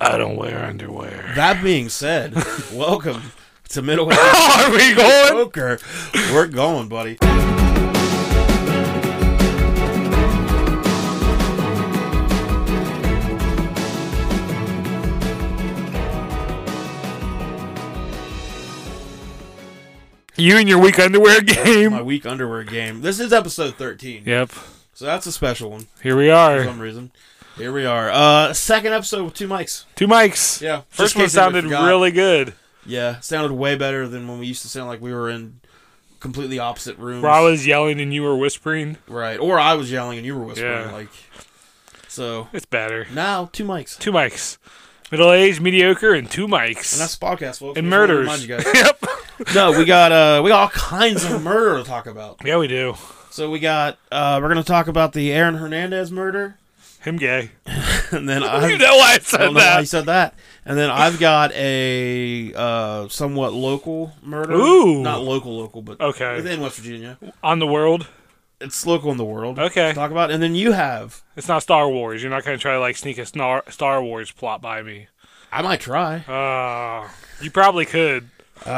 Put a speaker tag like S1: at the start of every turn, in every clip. S1: I don't wear underwear.
S2: That being said, welcome to Middleweight
S1: Are we going?
S2: Poker. We're going, buddy.
S1: You and your weak underwear
S2: My
S1: game.
S2: week underwear game. This is episode 13,
S1: Yep.
S2: so that's a special one
S1: Here we
S2: for
S1: are.
S2: some reason. Here we are. Uh, second episode with two mics.
S1: Two mics.
S2: Yeah. Just
S1: First
S2: in
S1: one
S2: case anybody
S1: sounded
S2: forgot.
S1: really good.
S2: Yeah, sounded way better than when we used to sound like we were in completely opposite rooms.
S1: Where I was yelling and you were whispering.
S2: Right. Or I was yelling and you were whispering.
S1: Yeah.
S2: Like, so
S1: It's better.
S2: now two mics.
S1: Two mics. Middle aged, mediocre, and two mics.
S2: And that's the podcast,
S1: And
S2: folks. Just wanted to
S1: murders.
S2: remind you guys.
S1: yep.
S2: no, we got uh, we got all kinds of murder to talk about.
S1: Yeah, we do.
S2: So we got uh, we're gonna talk about the Aaron Hernandez murder,
S1: Him gay.
S2: and then
S1: you
S2: I've,
S1: know why I
S2: I
S1: said
S2: don't know why you
S1: that.
S2: said that, and then I've got a uh, somewhat local murder.
S1: Ooh.
S2: not local, local, but
S1: Okay.
S2: within West Virginia.
S1: On the world.
S2: It's local in the world.
S1: Okay.
S2: to talk about, and then you have.
S1: It's not Star Wars. You're not going to try to like sneak a snar- Star Wars plot by me.
S2: I might try.
S1: Uh, you probably could.
S2: Uh,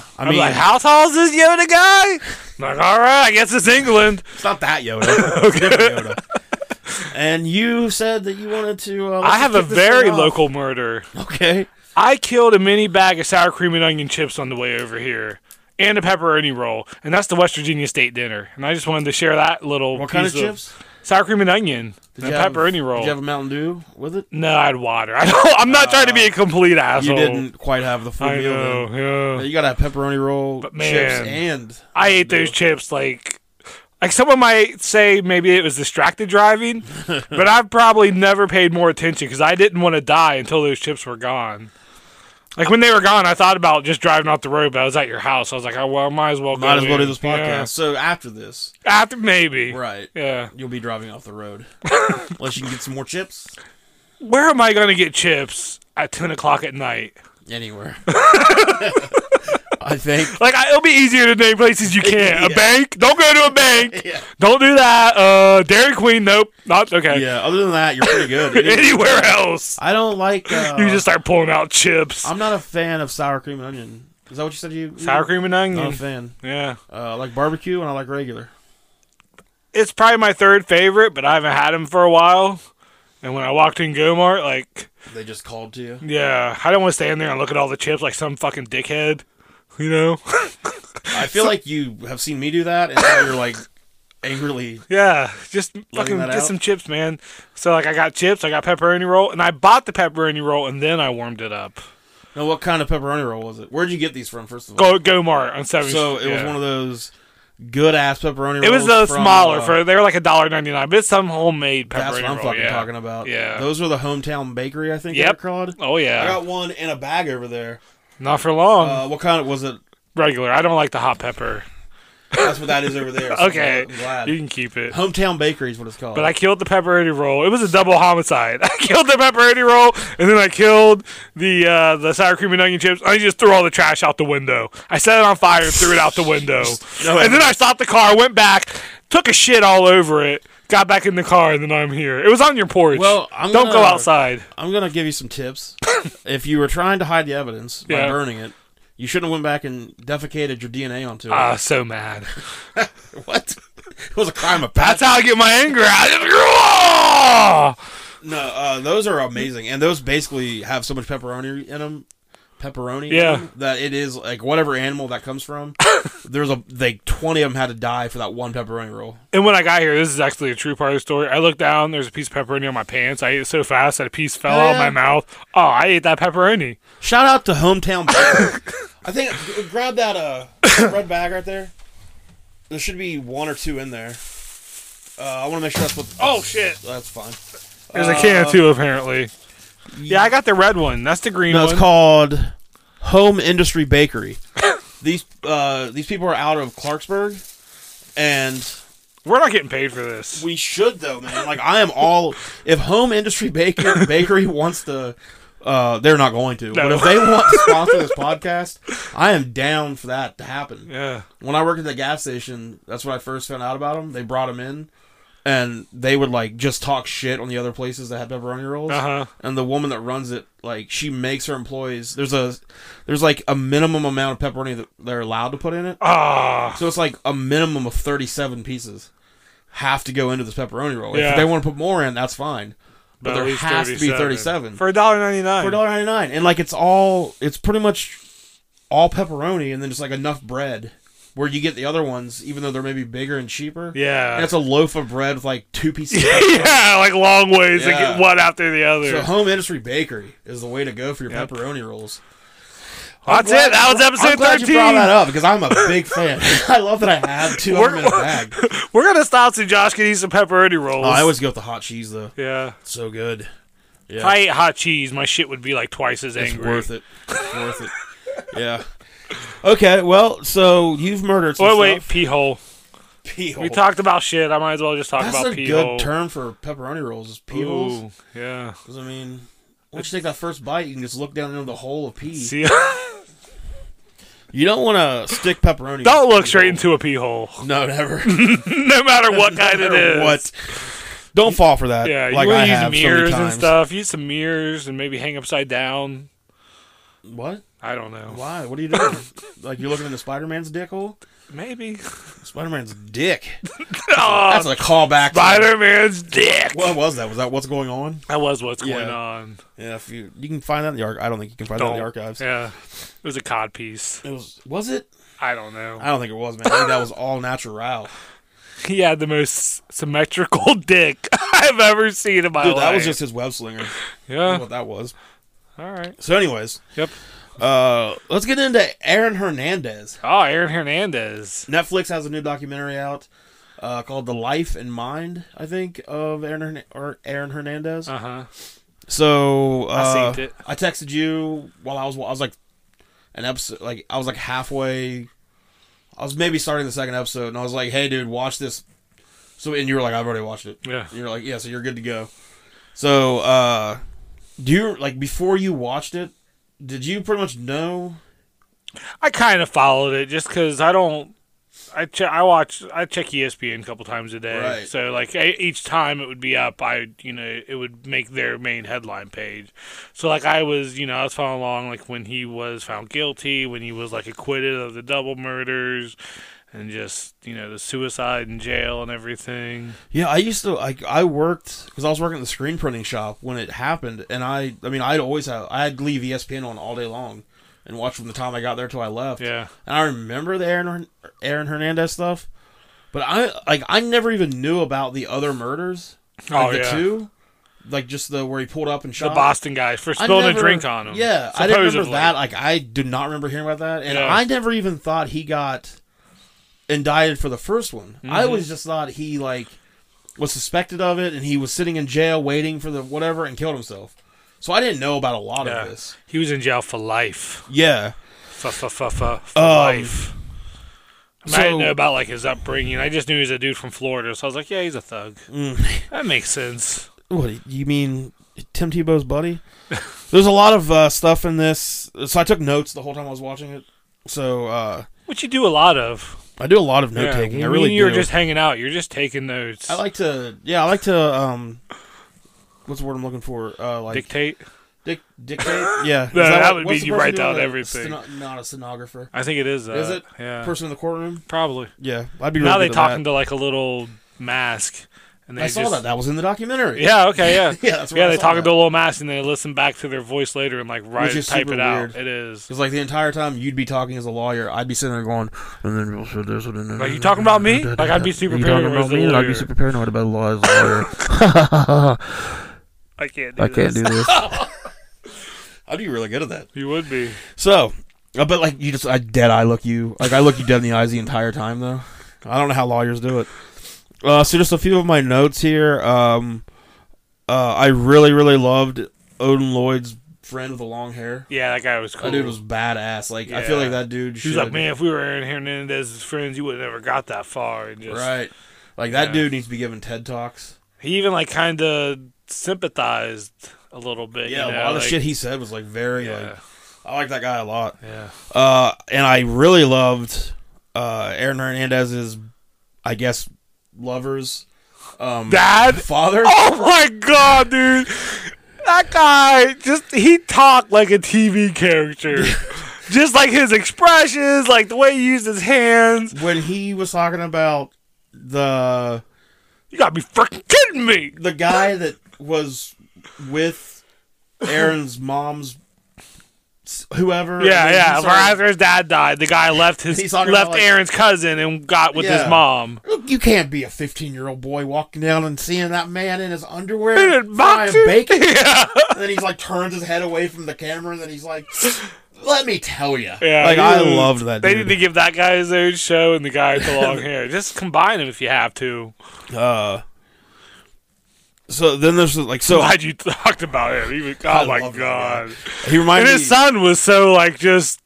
S2: I
S1: I'm
S2: mean,
S1: like, how tall is this Yoda guy? I'm like, all right, I guess it's England.
S2: it's not that Yoda. It's different Yoda. And you said that you wanted to. Uh, let's
S1: I have a
S2: just kick this
S1: very
S2: thing off.
S1: local murder.
S2: Okay.
S1: I killed a mini bag of sour cream and onion chips on the way over here, and a pepperoni roll, and that's the West Virginia State dinner. And I just wanted to share that little.
S2: What kind of
S1: piece
S2: chips?
S1: Sour cream and onion.
S2: Did
S1: and
S2: you
S1: a
S2: have-
S1: pepperoni roll.
S2: Did you have a Mountain Dew with it?
S1: no, I had water. I don't, I'm not trying to be a complete
S2: Uh, You
S1: asshole.
S2: didn't quite have the full
S1: I
S2: meal.
S1: know.
S2: then.
S1: yeah.
S2: You gotta have pepperoni roll,
S1: man,
S2: chips, and
S1: I ate those chips like like someone might say maybe it was distracted driving, but I've probably never paid more attention because I didn't want to die until those chips were gone. Like when they were gone, I thought about just driving off the road, but I was at your house. I was like, oh, well, I might as well go
S2: might as well do
S1: in.
S2: this podcast.
S1: Yeah.
S2: So after this,
S1: after maybe.
S2: right,
S1: Yeah.
S2: you'll be driving off the road unless you can get some more chips
S1: Where am I gonna get chips at ten o'clock at night?
S2: anywhere. I think.
S1: Like I, it'll be easier to name places you can't.
S2: Yeah.
S1: A bank? Don't go to a bank.
S2: Yeah.
S1: Don't do that. Uh, Dairy Queen? Nope. Not okay.
S2: Yeah. Other than that, you're pretty good.
S1: Anywhere else?
S2: I don't like. Uh,
S1: You just start pulling out chips.
S2: I'm not a fan of sour cream and onion. Is that what you said? You
S1: Sour cream and
S2: Not
S1: onion.
S2: a fan.
S1: Yeah.
S2: Uh, I like barbecue and I like regular.
S1: It's probably my third favorite, but I haven't had them for a while. And when I walked in Gomart, like,
S2: They just called to you.
S1: yeah, I don't want to stand there and look at all the chips like some fucking dickhead. You know?
S2: I feel like you have seen me do that, and now you're like angrily.
S1: yeah. Just fucking
S2: that
S1: get
S2: out?
S1: some chips, man. So, like, I got chips, I got pepperoni roll, and I bought the pepperoni roll and then I warmed it up.
S2: No, what kind of pepperoni roll was it? Where'd you get these from? First of all,
S1: Go Gomart on 70th.
S2: so it was one of those good ass pepperoni.
S1: It was
S2: rolls
S1: the
S2: from,
S1: smaller
S2: uh,
S1: for they were like a dollar ninety nine, but it's some homemade pepperoni
S2: That's what I'm
S1: roll,
S2: fucking
S1: yeah.
S2: talking about.
S1: Yeah.
S2: those were the hometown bakery. I think
S1: Yep.
S2: they're called.
S1: Oh
S2: I
S1: yeah,
S2: got one in a bag over there.
S1: not for long.
S2: Uh, what kind of was it?
S1: Regular. I don't like the hot pepper.
S2: That's what that is over there. so
S1: Okay,
S2: I'm glad.
S1: you can keep it.
S2: Hometown bakery is what it's called.
S1: But I killed the pepperoni roll. It was a double homicide. I killed the pepperoni roll, and then I killed the uh, the sour cream and onion chips. I just threw all the trash out the window. I set it on fire and threw it out the window.
S2: no
S1: and then I stopped the car, went back, took a shit all over it, got back in the car, and then I'm here. It was on your porch.
S2: Well, I'm
S1: don't
S2: gonna-
S1: go outside.
S2: I'm gonna give you some tips. if you were trying to hide the evidence by
S1: Yeah.
S2: burning it, you shouldn't have went back and defecated your DNA onto it.
S1: Ah, so mad.
S2: what? it was a crime of passion.
S1: That's how I get my anger out. I just-
S2: No, uh, those are amazing, and those basically have so much pepperoni in them, pepperoni, in
S1: Yeah.
S2: 'em, that it is like whatever animal that comes from. there's a like twenty of them had to die for that one pepperoni roll.
S1: And when I got here, this is actually a true part of the story. I looked down, there's a piece of pepperoni on my pants. I ate it so fast that a piece fell out of
S2: Yeah.
S1: my mouth. Oh, I ate that pepperoni.
S2: Shout out to hometown. Bakery. I think g- grab that uh red bag right there. There should be one or two in there. Uh, I want to make sure that's what.
S1: Oh, shit.
S2: that's fine.
S1: There's a can too, apparently. Yeah, I got the red one. That's the green
S2: No,
S1: one.
S2: it's called Home Industry Bakery. these uh, these people are out of Clarksburg, and
S1: We're not getting paid for this.
S2: we should though, man. Like I am all if Home Industry Baker, Bakery wants to. Uh, they're not going to. But if they want to sponsor this podcast, I am down for that to happen.
S1: Yeah.
S2: When I worked at the gas station, that's when I first found out about them. They brought them in, and they would like just talk shit on the other places that had pepperoni rolls.
S1: Uh-huh.
S2: And the woman that runs it, like, she makes her employees. There's a, there's like a minimum amount of pepperoni that they're allowed to put in it.
S1: Ah,
S2: So it's like a minimum of 37 pieces have to go into this pepperoni roll.
S1: Yeah.
S2: If they want to put more in, that's fine. But,
S1: at
S2: there
S1: least
S2: has to be 37
S1: for a dollar ninety nine.
S2: for $1.99. And like it's all, it's pretty much all pepperoni and then just like enough bread where you get the other ones, even though they're maybe bigger and cheaper.
S1: Yeah.
S2: And it's a loaf of bread with like two pieces. of pepperoni.
S1: yeah, like long ways to
S2: Yeah.
S1: get one after the other.
S2: So home industry bakery is the way to go for your
S1: Yep.
S2: pepperoni rolls.
S1: That's
S2: glad-
S1: it. That was episode
S2: I'm glad
S1: 13.
S2: you brought that up because I'm a big fan. I love that I have two of
S1: We're,
S2: them in a bag.
S1: we're, we're gonna stop so Josh can eat some pepperoni rolls.
S2: Oh, I always go with the hot cheese though.
S1: yeah.
S2: So good. Yeah,
S1: If I ate hot cheese, my shit would be like twice as
S2: it's
S1: angry.
S2: worth it. It's worth it. Yeah. Okay. Well, so you've murdered. Some
S1: Oh wait,
S2: stuff.
S1: pee hole.
S2: Pee hole.
S1: We talked about shit. I might as well just talk
S2: That's
S1: about
S2: a
S1: pee
S2: good
S1: hole.
S2: term for pepperoni rolls. Is pee holes?
S1: Ooh, yeah.
S2: Because I mean, once you take that first bite, you can just look down into the hole of pee.
S1: See,
S2: you don't want to stick pepperoni. in
S1: don't
S2: a
S1: look
S2: pee
S1: straight
S2: hole.
S1: into a pee hole,
S2: No, never.
S1: no matter what kind it
S2: matter
S1: is.
S2: What? Don't fall for that.
S1: Yeah,
S2: like
S1: you
S2: I
S1: want to use
S2: have
S1: mirrors
S2: so many
S1: and
S2: times.
S1: stuff. Use some mirrors and maybe hang upside down.
S2: What?
S1: I don't know.
S2: Why? What are you doing? like you're looking into Spider Man's dick hole?
S1: Maybe.
S2: Spider Man's dick.
S1: oh,
S2: That's a callback. to-
S1: Spider Man's dick.
S2: What was that? Was that what's going on?
S1: that was what's
S2: Yeah.
S1: going on.
S2: Yeah, if you you can find that in the archive. I don't think you can find that in the
S1: Don't.
S2: archives.
S1: Yeah. It was a cod piece.
S2: It was was it?
S1: I don't know.
S2: I don't think it was, man. I think that was all natural.
S1: He had the most symmetrical dick I've ever seen in my
S2: Dude,
S1: life.
S2: that was just his web slinger. That's
S1: Yeah.
S2: what that was.
S1: All right.
S2: So, anyways,
S1: Yep.
S2: uh, let's get into Aaron Hernandez.
S1: Oh, Aaron Hernandez.
S2: Netflix has a new documentary out uh, called "The Life and Mind," I think, of Aaron Hern- or Aaron Hernandez.
S1: Uh huh.
S2: So
S1: I
S2: uh,
S1: synced it.
S2: I texted you while I was I was like an episode like I was like halfway. I was maybe starting the second episode, and I was like, "Hey, dude, watch this." So and you were like, "I've already watched it."
S1: Yeah.
S2: And you're like, "Yeah, so you're good to go." So uh, do you like before you watched it? Did you pretty much know?
S1: I kind of followed it just because I don't. I che- I watch I check E ESPN a couple times a day,
S2: Right.
S1: so like I, each time it would be up, I you know it would make their main headline page. So like I was you know I was following along like when he was found guilty, when he was like acquitted of the double murders, and just you know the suicide in jail and everything.
S2: Yeah, I used to like I worked because I was working at the screen printing shop when it happened, and I I mean I'd always have I'd leave E ESPN on all day long and watch from the time I got there till I left.
S1: Yeah,
S2: and I remember the Aaron Aaron Hernandez stuff, but I like I never even knew about the other murders. Like
S1: Oh,
S2: the
S1: yeah.
S2: two, like just the where he pulled up and
S1: the
S2: shot
S1: Boston guy for
S2: Uh, I
S1: spilling
S2: never-
S1: a drink on him.
S2: Yeah, I didn't remember
S1: supposedly.
S2: that. Like I do not remember hearing about that, and
S1: Yeah.
S2: I never even thought he got indicted for the first one.
S1: Mm-hmm.
S2: I always just thought he like was suspected of it, and he was sitting in jail waiting for the whatever and killed himself. So I didn't know about a lot
S1: Yeah.
S2: of this.
S1: He was in jail for life.
S2: Yeah,
S1: for, for, for, for, for
S2: Um,
S1: life. I, mean, I
S2: so-
S1: didn't know about like his upbringing. I just knew he was a dude from Florida, so I was like, yeah, he's a thug.
S2: Mm.
S1: That makes sense.
S2: What you mean, Tim Tebow's buddy? There's a lot of uh, stuff in this, so I took notes the whole time I was watching it. So uh,
S1: Which you do a lot of.
S2: I do a lot of note taking. I
S1: when
S2: really
S1: you're
S2: do.
S1: just hanging out. You're just taking notes.
S2: I like to, yeah, I like to. Um, what's the word I'm looking for? Uh, like
S1: dictate.
S2: dic- dictate. Yeah, Is
S1: that
S2: what-
S1: would mean
S2: what's the
S1: you
S2: person
S1: write
S2: doing
S1: down
S2: that?
S1: everything.
S2: Steno- not a stenographer.
S1: I think it is. That.
S2: Is it?
S1: Yeah.
S2: Person in the courtroom.
S1: Probably.
S2: Yeah, I'd be. Really
S1: now they
S2: good at
S1: talk
S2: That.
S1: into like a little mask, and they
S2: I saw
S1: just.
S2: that. That was in the documentary.
S1: Yeah. Okay. Yeah.
S2: yeah, that's
S1: yeah.
S2: I
S1: They
S2: saw
S1: talk
S2: that.
S1: into a little mask, and they listen back to their voice later, and like write
S2: is
S1: type
S2: super
S1: it out.
S2: weird.
S1: It is.
S2: Because like the entire time you'd be talking as a lawyer, I'd be sitting there going, and then people said this, and then
S1: Like you talking about me? Like I'd be super
S3: You talking
S1: paranoid.
S3: about
S1: as a
S3: me? I'd be
S1: lawyer.
S3: super paranoid about law as a lawyer.
S1: I can't. Do
S3: I can't
S1: this.
S3: do this.
S2: I'd be really good at that.
S1: You would be.
S2: So, uh, but like you just, I dead eye look you. Like I look you dead in the eyes the entire time though. I don't know how lawyers do it. Uh, so just a few of my notes here. Um, uh, I really, really loved Odin Lloyd's friend with the long hair.
S1: Yeah, that guy was cool.
S2: That dude was badass. Like I feel
S1: Oh. Yeah.
S2: like that dude.
S1: She was
S2: should-
S1: like, man, if we were Aaron Hernandez's friends, you would have never got that far. And just,
S2: right? Like that
S1: Yeah.
S2: dude needs to be given TED talks.
S1: He even like kind of sympathized a little bit.
S2: Yeah,
S1: you
S2: a
S1: know,
S2: lot of the
S1: like-
S2: shit he said was like very.
S1: Yeah,
S2: Like, I like that guy a lot.
S1: yeah.
S2: Uh, and I really loved uh, Aaron Hernandez's, I guess, lovers Um,
S1: Dad?
S2: father.
S1: Oh my god, dude. That guy just he talked like a TV character. just like his expressions, like the way he used his hands.
S2: When he was talking about the
S1: You gotta be freaking kidding me.
S2: the guy that was with Aaron's mom's s- whoever. and
S1: Yeah,
S2: then
S1: yeah.
S2: he
S1: For
S2: started-
S1: after his dad died, the guy left his
S2: uh, He's
S1: left
S2: talking about, like-
S1: Aaron's cousin and got with
S2: Yeah.
S1: his mom.
S2: You can't be a 15 year old boy walking down and seeing that man in his
S1: In
S2: underwear
S1: a
S2: frying
S1: boxer?
S2: bacon.
S1: Yeah.
S2: and then he's like turns his head away from the camera, and then he's like, "Let me tell you."
S1: Yeah,
S2: like
S1: he
S2: I
S1: was-
S2: loved that.
S1: They
S2: dude.
S1: need to give that guy his own show and the guy with the long hair. Just combine them if you have to.
S2: Uh, so then there's like so
S1: Glad you talked about it. He was-
S2: I
S1: oh my
S2: love that
S1: god.
S2: he
S1: And
S2: reminded me.
S1: his son was so like just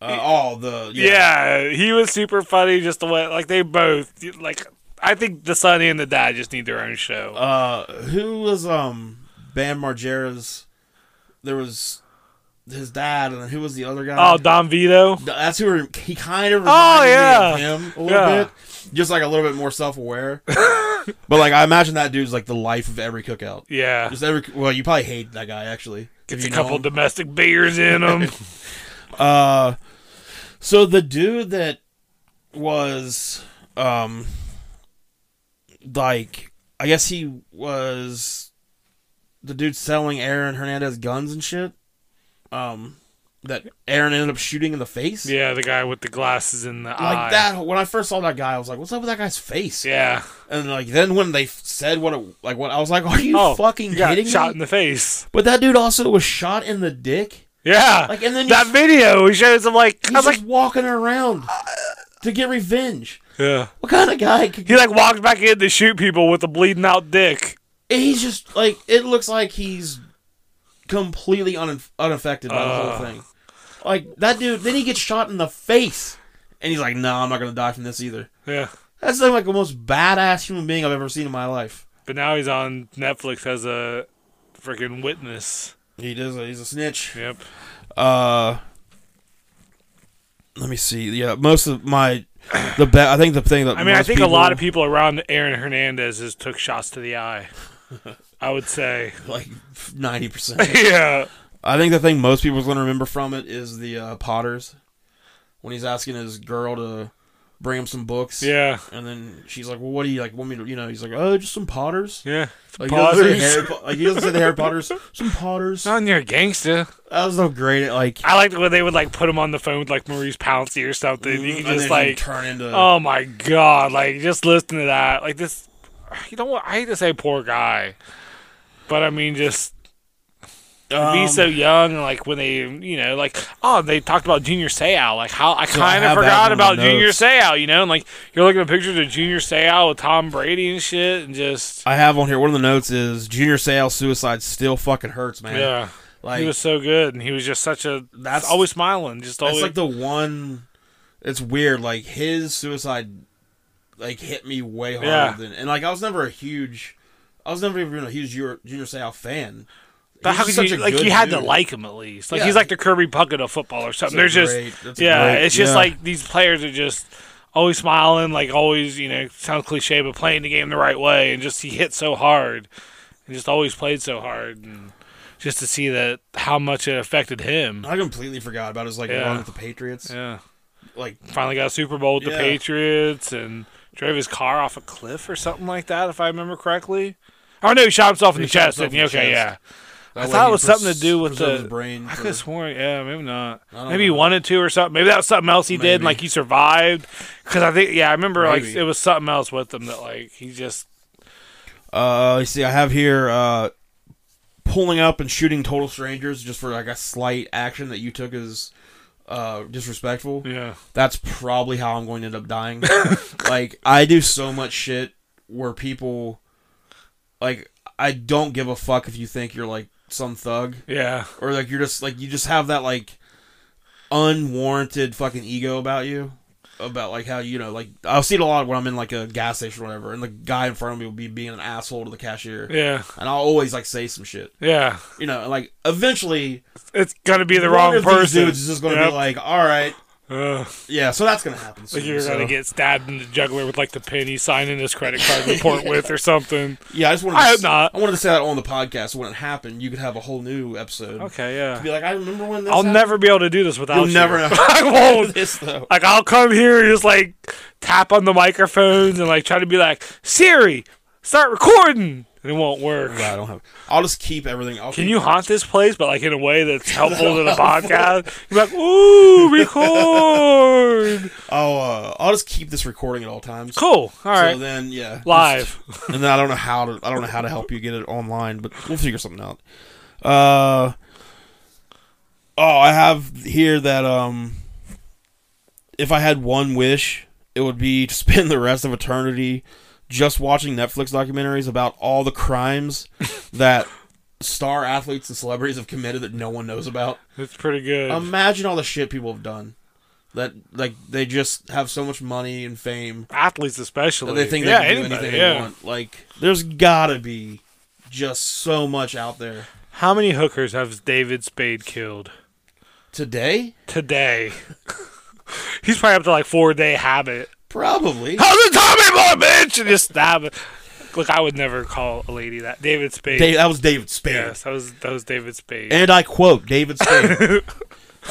S2: uh, oh the
S1: yeah. he was super funny. Just the way like they both like I think the son and the dad just need their own show.
S2: Uh, who was um Bam Margera's? There was his dad, and then who was the other guy?
S1: oh, Don Vito.
S2: that's who rem- he kind of
S1: Oh,
S2: reminded
S1: yeah.
S2: me of him a little
S1: Yeah.
S2: bit, just like a little bit more self-aware. but like I imagine that dude's like the life of every cookout.
S1: Yeah,
S2: Just every well, you probably hate that guy actually.
S1: gets
S2: if
S1: a
S2: you know
S1: couple
S2: him.
S1: domestic beers in him.
S2: Uh, so the dude that was, um, like, I guess he was the dude selling Aaron Hernandez guns and shit. Um, that Aaron ended up shooting in the face.
S1: yeah, the guy with the glasses and the
S2: Like
S1: eye.
S2: that. When I first saw that guy, I was like, "What's up with that guy's face?"
S1: Yeah.
S2: And like then when they f- said what it, like what I was like, "Are you
S1: oh,
S2: fucking
S1: you got
S2: kidding
S1: shot in
S2: me?"
S1: the face.
S2: But that dude also was shot in the dick.
S1: Yeah.
S2: Like and then you
S1: that video he shows him like I
S2: He's
S1: was
S2: like
S1: like uh,
S2: walking around to get revenge.
S1: yeah.
S2: What kind of guy? Could,
S1: He like walks back in to shoot people with a bleeding out dick.
S2: he's just like it looks like he's completely un, unaffected by the
S1: Ugh.
S2: whole thing. Like that dude. Then he gets shot in the face, and he's like, "No, I'm not gonna die from this either."
S1: Yeah.
S2: That's like the most badass human being I've ever seen in my life.
S1: But now he's on Netflix as a freaking witness.
S2: He does. He's a snitch.
S1: Yep.
S2: Uh, let me see. Yeah, most of my the be- I think the thing that
S1: I mean, I think a lot of people around Aaron Hernandez has took shots to the eye. I would say,
S2: people like ninety percent.
S1: yeah,
S2: I think the thing most people's gonna remember from it is the uh, Potters when he's asking his girl to bring him some books.
S1: yeah,
S2: And then she's like, "Well, what do you like? Want me to? You know?" He's like, "Oh, just some Potters."
S1: yeah.
S2: Like, He doesn't say
S1: Potters.
S2: Harry Po- like he doesn't say the Harry Potters. Some Potters. That
S1: Son, you're a gangster.
S2: was so great. Like
S1: I liked when they would like put him on the phone with like Maurice Pouncey or something. You
S2: and
S1: could
S2: then
S1: just
S2: he'd
S1: like,
S2: turn into.
S1: oh my god, like just listen to that. Like this, you know what? I hate to say poor guy, but I mean just
S2: um,
S1: be so young and like when they you know like oh they talked about junior Seau like how I
S2: I
S1: kind of
S2: have that
S1: forgot
S2: on
S1: about
S2: my
S1: junior
S2: notes.
S1: Seau you know and like you're looking at pictures of junior Seau with Tom Brady and shit and just
S2: I have on here one of the notes is Junior Sale suicide still fucking hurts, man.
S1: yeah
S2: Like
S1: he was so good and he was just such a that's
S2: That's-
S1: always smiling just
S2: That's
S1: always
S2: like the one. It's weird. Like his suicide, like hit me way harder
S1: Yeah.
S2: than. And like I was never a huge, I was never even a huge Junior, junior Seau fan.
S1: but
S2: He's
S1: how
S2: just
S1: could you
S2: such a
S1: like
S2: good
S1: you had to
S2: dude.
S1: like him at least like
S2: Yeah.
S1: he's like the Kirby Puckett of football or something there's just
S2: Great. That's a
S1: yeah
S2: great-
S1: it's just
S2: yeah.
S1: like these players are just always smiling like always you know sounds cliche but playing the game the right way and just he hit so hard and just always played so hard and just to see that how much it affected him
S2: I completely forgot about his like
S1: Yeah.
S2: run with the Patriots.
S1: yeah
S2: Like
S1: finally got a super bowl with the
S2: Yeah.
S1: patriots and drove his car off a cliff or something like that if i remember correctly oh no he shot himself in
S2: He
S1: the
S2: shot
S1: chest
S2: himself
S1: didn't he?
S2: in
S1: okay
S2: the
S1: yeah
S2: chest.
S1: I
S2: that
S1: thought
S2: way
S1: it
S2: he
S1: was something to do with
S2: preserved
S1: the-
S2: his brain.
S1: I
S2: for-
S1: could have sworn, yeah, maybe not.
S2: I don't
S1: Maybe he
S2: know.
S1: wanted to or something. Maybe that was something else he did, and,
S2: Maybe.
S1: like he survived. Because I think, yeah, I remember like
S2: Maybe.
S1: it was something else with him that like he just
S2: Uh, you see, I have here uh, pulling up and shooting total strangers just for like a slight action that you took as uh, disrespectful.
S1: yeah
S2: That's probably how I'm going to end up dying. like I do so much shit where people, like I don't give a fuck if you think you're like some thug
S1: yeah
S2: or like you're just like you just have that like unwarranted fucking ego about you about like how you know like I'll see it a lot when I'm in like a gas station or whatever and the guy in front of me will be being an asshole to the cashier
S1: yeah
S2: and I'll always like say some shit
S1: yeah.
S2: you know and, like eventually
S1: It's gonna be the
S2: one
S1: wrong
S2: of these
S1: person.
S2: dudes is just gonna
S1: Yep.
S2: be like all right
S1: Ugh.
S2: Yeah, so that's gonna happen. Soon,
S1: Like you're
S2: so-
S1: gonna get stabbed in the jugular with like the pen he's signing his credit card report with or something.
S2: Yeah, I just wanted.
S1: I
S2: to
S1: hope
S2: s-
S1: not.
S2: I wanted to say that on the podcast. When it happened, you could have a whole new episode.
S1: Okay, yeah.
S2: Be like, I remember when this.
S1: I'll
S2: happened."
S1: never be able to do this without
S2: You'll
S1: you.
S2: never know.
S1: I won't.
S2: this though.
S1: Like I'll come here and just like tap on the microphones and like try to be like Siri, start recording, and it won't work.
S2: I don't have. I'll just keep everything. I'll
S1: Can
S2: keep-
S1: you haunt this place, but like in a way that's helpful to the podcast? You're like, ooh, record.
S2: I'll. Uh, I'll just keep this recording at all times.
S1: Cool. All right,
S2: So then, yeah,
S1: live.
S2: Just- and then I don't know how to. I don't know how to help you get it online, but we'll figure something out. Uh. Oh, I have here that um. If I had one wish, it would be to spend the rest of eternity just watching Netflix documentaries about all the crimes that star athletes and celebrities have committed that no one knows about.
S1: It's pretty good.
S2: Imagine all the shit people have done. That like they just have so much money and fame
S1: Athletes, especially.
S2: that they think they
S1: yeah,
S2: can do
S1: anybody,
S2: anything they
S1: yeah.
S2: want. Like there's gotta be just so much out there
S1: How many hookers has David Spade killed
S2: today.
S1: today? He's probably up to like four day habit.
S2: Probably
S1: How's it Tommy boy, bitch? And just stab it. Look, I would never call a lady that. David Spade.
S2: Dave, that was David Spade,
S1: yes, that was that was David Spade.
S2: and I quote David Spade.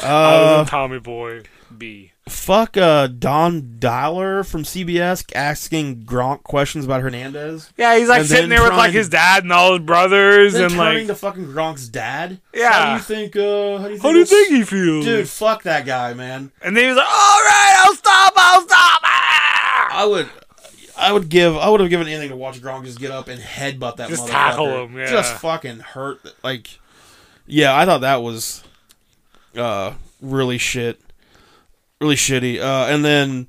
S1: I was
S2: uh,
S1: in Tommy Boy B.
S2: fuck uh, Don Dollar from CBS asking Gronk questions about Hernandez.
S1: Yeah, he's like
S2: and
S1: sitting
S2: then
S1: there with like
S2: trying-
S1: his dad and all his brothers,
S2: Then
S1: and
S2: turning
S1: like,
S2: to fucking Gronk's dad.
S1: Yeah.
S2: How do you think? Uh, how do you think?
S1: how do you
S2: this-
S1: think he feels?
S2: Dude, fuck that guy, man.
S1: And then he was like, all right, I'll stop, I'll stop. ah!"
S2: I would, I would give, I would have given anything to watch Gronk just get up and headbutt that.
S1: Just
S2: motherfucker.
S1: tackle him, yeah.
S2: Just fucking hurt. th- Like, yeah, I thought that was, uh, really shit, really shitty. Uh, and then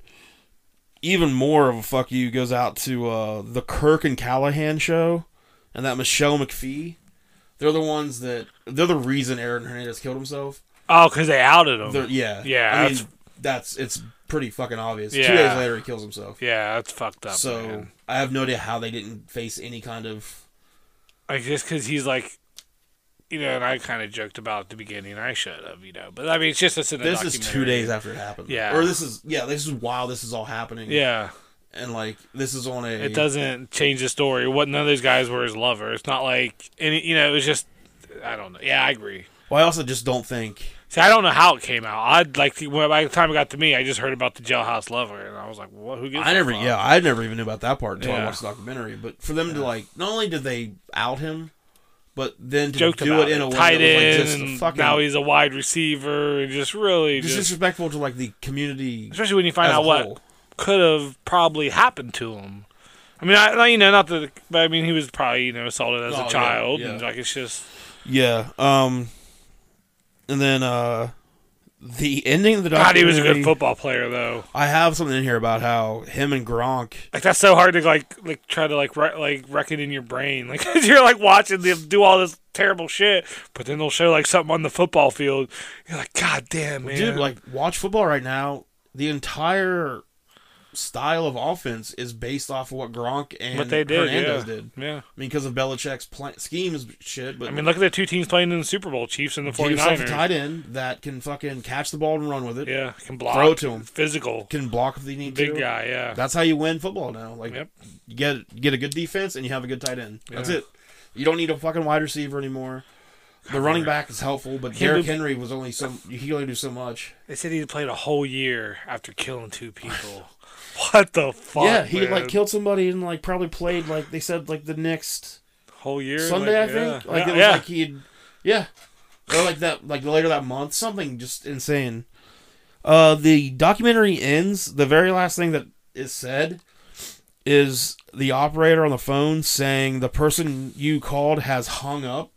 S2: even more of a fuck you goes out to uh the Kirk and Callahan show, and that Michelle McPhee. They're the ones that they're the reason Aaron Hernandez killed himself.
S1: Oh, because they outed him.
S2: They're, yeah,
S1: Yeah,
S2: I
S1: that's-
S2: mean, that's it's pretty fucking obvious. Two
S1: Yeah.
S2: days later, he kills himself.
S1: yeah, that's fucked up.
S2: So
S1: Oh, man.
S2: I have no idea how they didn't face any kind of.
S1: like just because he's like you know and i kind of joked about at the beginning i should have you know but i mean it's just it's in the
S2: This is two
S1: documentary.
S2: days after it happened.
S1: Yeah.
S2: Or this is yeah. This is while this is all happening.
S1: yeah
S2: And like this is on a.
S1: it doesn't change the story what none of those guys were his lover it's not like any you know it was just i don't know yeah i agree
S2: Well, I also just don't think.
S1: See, I don't know how it came out. I'd like to, well, by the time it got to me, I just heard about the jailhouse lover, and I was like, "What? Who gives?"
S2: I
S1: a
S2: never.
S1: fuck?
S2: Yeah, I never even knew about that part until I
S1: Yeah.
S2: watched the documentary. But for them to like, not only did they out him, but then to
S1: joked
S2: do
S1: about
S2: it in a way
S1: tight
S2: that was
S1: end.
S2: like just a
S1: and
S2: fucking.
S1: now he's a wide receiver, and just really,
S2: just
S1: just,
S2: disrespectful to like the community.
S1: especially when you find
S2: as a
S1: out what
S2: whole.
S1: could have probably happened to him. I mean, I, you know, not that, but I mean, he was probably you know assaulted as
S2: Oh, yeah,
S1: a child, and
S2: yeah.
S1: like it's just
S2: Yeah. Um. And then uh, the ending of the
S1: God, he
S2: documentary.
S1: was a good football player though.
S2: I have something in here about how him and Gronk.
S1: Like that's so hard to like like try to like re- like wreck it in your brain, like you you're like watching them do all this terrible shit, but then they'll show like something on the football field. You're like, God damn, man,
S2: Dude, like watch football right now. The entire style of offense is based off of what Gronk and
S1: what they did,
S2: Hernandez
S1: yeah.
S2: did. I
S1: yeah.
S2: mean, because of Belichick's plan- schemes, shit. But
S1: I mean, look at the two teams playing in the Super Bowl: Chiefs and the
S2: get yourself a
S1: 49ers.
S2: tight end that can fucking catch the ball and run with it.
S1: Yeah, can block,
S2: Throw it to 'em.
S1: physical,
S2: Can block if they need
S1: big
S2: to.
S1: guy. Yeah,
S2: That's how you win football now. Like
S1: Yep.
S2: you get you get a good defense and you have a good tight end. That's
S1: Yeah.
S2: it. You don't need a fucking wide receiver anymore. The running back is helpful, but
S1: Can't
S2: Derrick
S1: believe-
S2: Henry was only so he could only do so much.
S1: They said he played a whole year after killing two people. what the fuck?
S2: yeah, he
S1: man?
S2: like killed somebody and like probably played like they said like the next
S1: whole year.
S2: Sunday
S1: like,
S2: I
S1: yeah.
S2: think. Like
S1: yeah,
S2: it was
S1: yeah.
S2: like he'd yeah. Or like that like later that month something just insane. Uh the documentary ends the very last thing that is said is the operator on the phone saying the person you called has hung up.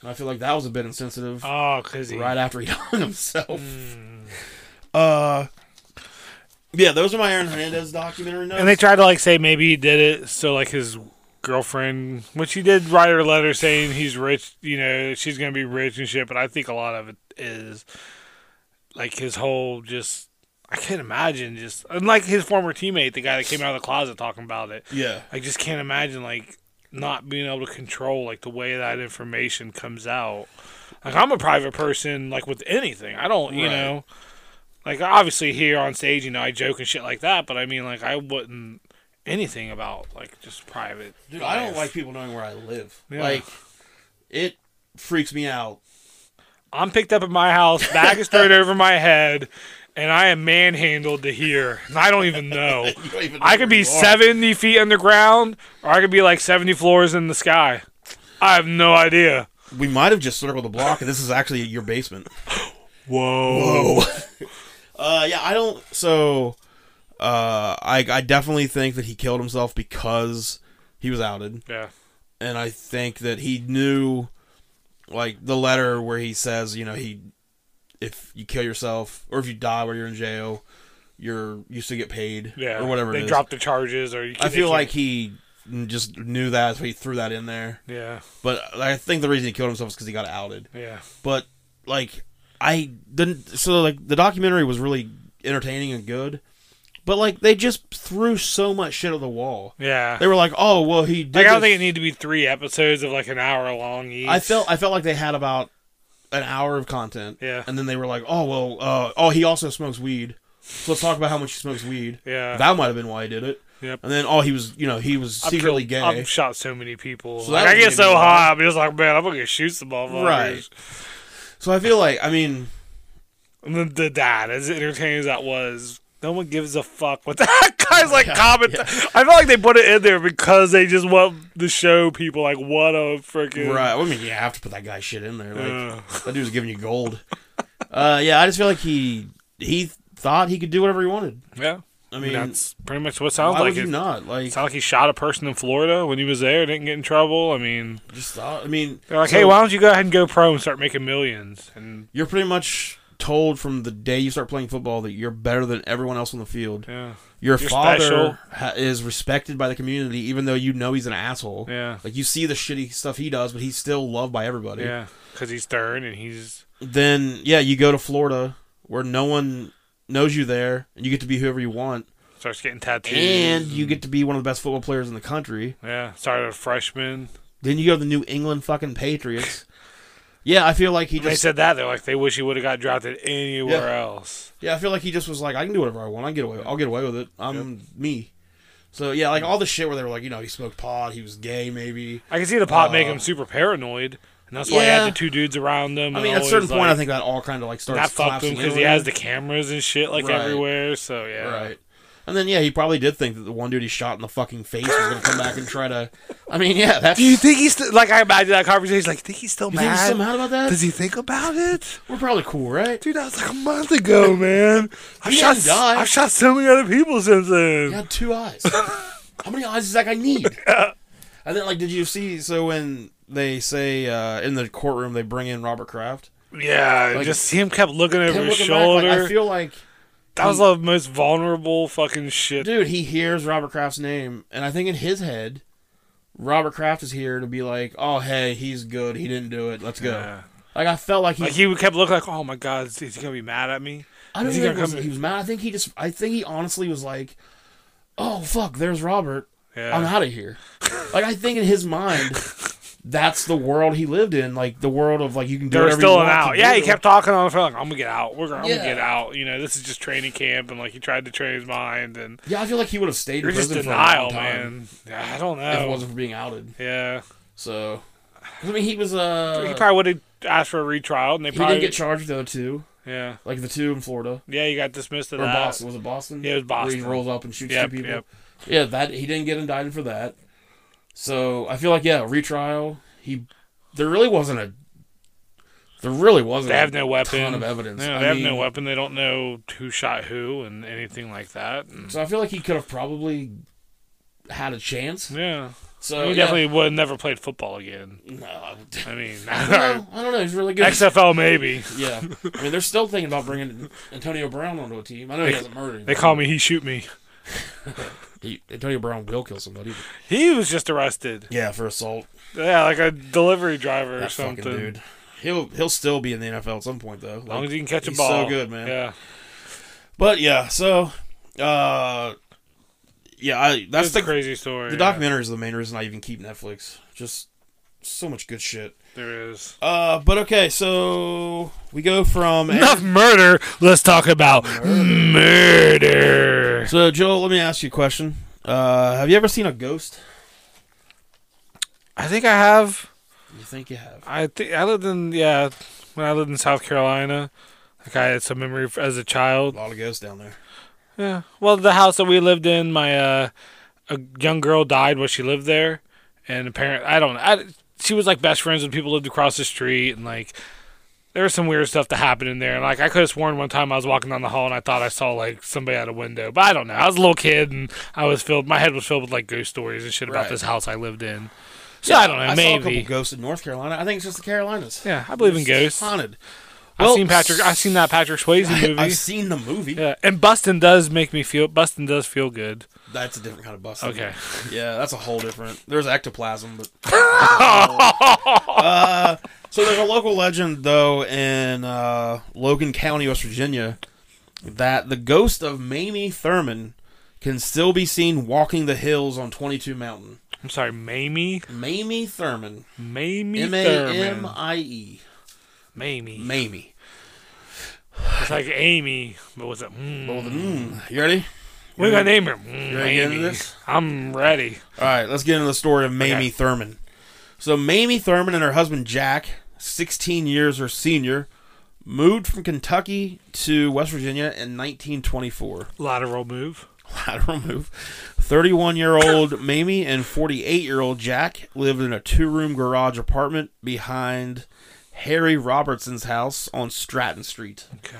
S2: And I feel like that was a bit insensitive
S1: oh, Hmm. cause he.
S2: right after he hung himself. Uh yeah, those are my Aaron Hernandez documentary notes.
S1: and they tried to like say maybe he did it so like his girlfriend, which he did write her a letter saying he's rich, you know, she's gonna be rich and shit. But I think a lot of it is like his whole just. I can't imagine just unlike his former teammate, the guy that came out of the closet talking about it.
S2: yeah.
S1: I just can't imagine like not being able to control like the way that information comes out. Like I'm a private person, like with anything. I don't, you
S2: Right.
S1: know, Like obviously here on stage, you know, I joke and shit like that, but I mean, like I wouldn't anything about like just private.
S2: Dude, I don't
S1: life.
S2: like people knowing where I live.
S1: Yeah.
S2: Like, it freaks me out.
S1: I'm picked up at my house, bag is thrown over my head, and I am manhandled to here, and I don't even know.
S2: You don't even know
S1: I could be
S2: where you are.
S1: 70 feet underground, or I could be like 70 floors in the sky. I have no idea.
S2: We might have just circled the block, and this is actually your basement.
S1: Whoa.
S2: uh, yeah, I don't. So, uh, I I definitely think that he killed himself because he was outed,
S1: Yeah.
S2: and I think that he knew, like the letter where he says, you know, he if you kill yourself or if you die while you're in jail, you're you still get paid,
S1: Yeah.
S2: or whatever.
S1: They
S2: it is.
S1: dropped the charges, or you
S2: I
S1: they
S2: feel
S1: can't-
S2: like he just knew that, so he threw that in there.
S1: Yeah.
S2: But I think the reason he killed himself is because he got outed
S1: Yeah.
S2: but like I didn't. So like the documentary was really entertaining and good, but like they just threw so much shit at the wall.
S1: Yeah.
S2: They were like, "Oh well, he did."
S1: Like I don't
S2: this-
S1: think it needed to be three episodes of like an hour long each.
S2: I felt I felt like they had about an hour of content.
S1: Yeah.
S2: and then they were like, "Oh well, uh, oh he also smokes weed." So let's talk about how much he smokes weed.
S1: Yeah.
S2: That might have been why he did it.
S1: Yep.
S2: And then oh he was you know he was
S1: I've
S2: secretly
S1: killed-
S2: gay.
S1: I've shot so many people.
S2: So
S1: like,
S2: that
S1: I get
S2: would
S1: so
S2: be-
S1: high, I'm just like, man, I'm gonna shoot some motherfuckers.
S2: Right. so I feel like I mean
S1: And then the dad, as entertaining as that was, no one gives a fuck what that guy's like comment. I feel like they put it in there because they just want to show people like what a freaking
S2: right. I mean you have to put that guy shit in there. Like
S1: Uh,
S2: That dude was giving you gold. Uh, yeah, I just feel like he he thought he could do whatever he wanted.
S1: yeah,
S2: I
S1: I mean
S2: mean,
S1: that's pretty much what it sounds
S2: why
S1: like.
S2: would you
S1: It
S2: not? Like,
S1: sounds like he shot a person in Florida when he was there, didn't get in trouble. I mean,
S2: just thought. I mean,
S1: they're like,
S2: so
S1: hey, why don't you go ahead and go pro and start making millions? And
S2: You're pretty much told from the day you start playing football that you're better than everyone else on the field.
S1: yeah,
S2: Your
S1: You're special.
S2: father ha- is respected by the community, even though you know he's an asshole.
S1: yeah,
S2: Like you see the shitty stuff he does, but he's still loved by everybody.
S1: yeah, because he's stern and he's
S2: Then yeah, you go to Florida where no one knows you there, and you get to be whoever you want,
S1: starts getting tattoos
S2: and you get to be one of the best football players in the country.
S1: yeah, started a freshman.
S2: Then you go to the New England fucking Patriots. yeah, I feel like he
S1: When they
S2: just.
S1: said that, they're like, they wish he would have got drafted anywhere else.
S2: Yeah, I feel like he just was like, I can do whatever I want. I can get away. I'll get away with it. I'm me. So yeah, like all the shit where they were like, you know, he smoked pot, he was gay, maybe.
S1: I can see the pot
S2: Uh,
S1: make him super paranoid, and that's why he had
S2: yeah.
S1: the two dudes around him.
S2: I
S1: and
S2: mean, at a
S1: always,
S2: certain point,
S1: like,
S2: I think that all kind of like starts
S1: that fucked him
S2: collapsing
S1: because he
S2: inward.
S1: has the cameras and shit like
S2: Right.
S1: everywhere. So yeah,
S2: right. And then yeah, he probably did think that the one dude he shot in the fucking face was gonna come back and try to. I mean, yeah, that's.
S1: Do you think he's st- like I imagine that conversation? He's like, think he's still
S2: You think
S1: mad?
S2: he's still mad about that?
S1: Does he think about it?
S2: We're probably cool, right?
S1: Dude, that was like a month ago, man. I've
S2: He
S1: shot,
S2: hasn't died.
S1: I've shot so many other people since then.
S2: He had two eyes. How many eyes does that guy need? And then, like, did you see? So when they say uh, in the courtroom, they bring in Robert Kraft.
S1: Yeah,
S2: Like-
S1: just see him kept looking over
S2: Him
S1: his
S2: looking back, like,
S1: shoulder.
S2: I feel like,
S1: that was the most vulnerable fucking shit.
S2: dude, he hears Robert Kraft's name, and I think in his head, Robert Kraft is here to be like, "Oh, hey, he's good. He didn't do it. Let's go."
S1: Yeah.
S2: Like I felt like he.
S1: Like he kept looking like, oh my god, is is he gonna be mad at me?
S2: I don't
S1: is he
S2: think it
S1: gonna
S2: was,
S1: come-
S2: he was mad. I think he just. I think he honestly was like, "Oh fuck, there's Robert.
S1: Yeah.
S2: I'm out of here. Like I think in his mind, that's the world he lived in. Like the world of like you can do
S1: They were
S2: whatever
S1: still
S2: you
S1: an
S2: want
S1: out.
S2: to
S1: Yeah, he
S2: do.
S1: kept talking on the phone like, I'm gonna get out. We're gonna, I'm
S2: Yeah.
S1: gonna get out. You know, this is just training camp, and like he tried to train his mind, and
S2: Yeah, I feel like he would have stayed
S1: you're
S2: in
S1: just
S2: prison
S1: denial,
S2: for a long time
S1: man. Yeah, I don't
S2: if it
S1: know.
S2: wasn't for being outed.
S1: Yeah,
S2: So, 'Cause, I mean, he was uh,
S1: he probably would have asked for a retrial, and they
S2: he
S1: probably
S2: didn't get charged with the other two,
S1: yeah,
S2: like the two in Florida
S1: yeah, he got dismissed of
S2: or
S1: that.
S2: Boston. Was it Boston?
S1: Yeah, it was
S2: Where
S1: Boston.
S2: he rolls up and shoots
S1: Yep,
S2: two people.
S1: yep.
S2: Yeah, that he didn't get indicted for that. So I feel like yeah, retrial. He there really wasn't a there really wasn't.
S1: They have
S2: a
S1: no weapon.
S2: Ton of evidence.
S1: No,
S2: I
S1: they have no
S2: mean,
S1: weapon. They don't know who shot who and anything like that. And,
S2: So I feel like he could have probably had a chance.
S1: yeah,
S2: So
S1: he
S2: Oh, yeah.
S1: definitely would have never played football again.
S2: No, I don't know.
S1: I mean,
S2: I don't know. He's really good.
S1: XFL maybe.
S2: Yeah, I mean they're still thinking about bringing Antonio Brown onto a team. I know he hasn't murdered.
S1: They call me. He shoot me.
S2: He, Antonio Brown will kill somebody.
S1: He was just arrested.
S2: Yeah, for assault.
S1: Yeah, like a delivery driver or
S2: That
S1: something.
S2: fucking dude. He'll he'll still be in the NFL at some point though.
S1: As long as you can catch a
S2: he's
S1: ball.
S2: so good, man.
S1: Yeah.
S2: But yeah, so uh, yeah, I that's
S1: That's the
S2: the
S1: crazy story.
S2: the documentary is the main reason I even keep Netflix. Just so much good shit.
S1: There is
S2: Uh, but okay, so we go from
S1: enough murder. Let's talk about murder.
S2: so Joel. Let me ask you a question. Uh, have you ever seen a ghost?
S1: I think I have.
S2: You think you have?
S1: I think I lived in yeah when I lived in South Carolina. Like I had some memory f- as a
S2: A
S1: child.
S2: lot of ghosts down there.
S1: Yeah. Well, the house that we lived in, my uh, a young girl died when she lived there, and apparently I don't. I, she was like best friends with people who lived across the street, and like there was some weird stuff that happened in there. And like I could have sworn one time I was walking down the hall and I thought I saw like somebody out a window, but I don't know. I was a little kid and I was filled. My head was filled with like ghost stories and shit about
S2: Right.
S1: this house I lived in. So I don't know.
S2: I saw a
S1: Uh, maybe.
S2: couple ghosts in North Carolina. I think it's just the Carolinas.
S1: yeah, I believe in
S2: It's
S1: ghosts.
S2: Haunted.
S1: I've seen Patrick. I've seen that Patrick Swayze
S2: I-
S1: movie.
S2: I've seen the movie.
S1: yeah, and Bustin does make me feel. Bustin does feel good.
S2: That's a different kind of bust.
S1: Okay.
S2: Yeah, that's a whole different. There's ectoplasm, but. uh, so there's a local legend though in uh, Logan County, West Virginia, that the ghost of Mamie Thurman can still be seen walking the hills on 22 Mountain.
S1: I'm sorry, Mamie.
S2: Mamie Thurman,
S1: Mamie
S2: M A M
S1: Thurman.
S2: I E,
S1: Mamie.
S2: Mamie.
S1: It's like Amy, but was it? Mm.
S2: Well, then, mm, you ready?
S1: We're gonna name her.
S2: You
S1: Mm,
S2: ready to get into
S1: Mamie.
S2: this?
S1: I'm ready.
S2: All right, let's get into the story of Mamie
S1: Okay.
S2: Thurman. So Mamie Thurman and her husband Jack, 16 years her senior, moved from Kentucky to West Virginia in 1924.
S1: Lateral move.
S2: Lateral move. 31-year-old Mamie and 48-year-old Jack lived in a two-room garage apartment behind Harry Robertson's house on Stratton Street.
S1: Okay. Did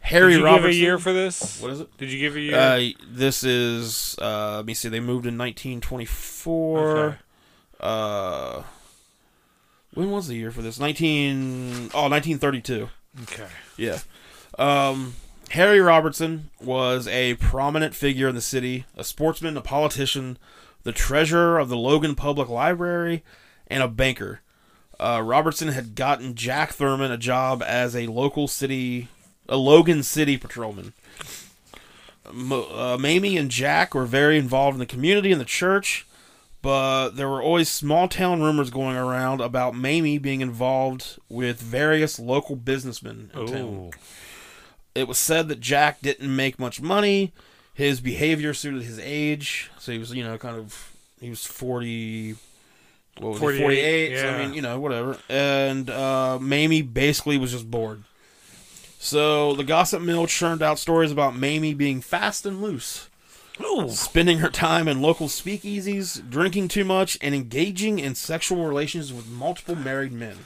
S2: Harry
S1: you give a
S2: Robertson.
S1: year for this?
S2: What is it?
S1: Did you give a year?
S2: Uh, this is uh, let me see. They moved in 1924.
S1: Okay.
S2: Uh, when was the year for this? 19 oh 1932.
S1: okay.
S2: Yeah. Um, Harry Robertson was a prominent figure in the city, a sportsman, a politician, the treasurer of the Logan Public Library, and a banker. Uh, Robertson had gotten Jack Thurman a job as a local city, a Logan City patrolman. Mo- uh, Mamie and Jack were very involved in the community and the church, but there were always small town rumors going around about Mamie being involved with various local businessmen in town.
S1: Oh.
S2: It was said that Jack didn't make much money. His behavior suited his age, so he was, you know, kind of he was forty. What was 48,
S1: 48,
S2: he, 48 so I
S1: yeah.
S2: mean, you know, whatever. And uh, Mamie basically was just bored. So the gossip mill churned out stories about Mamie being fast and loose,
S1: Ooh.
S2: spending her time in local speakeasies, drinking too much, and engaging in sexual relations with multiple married men.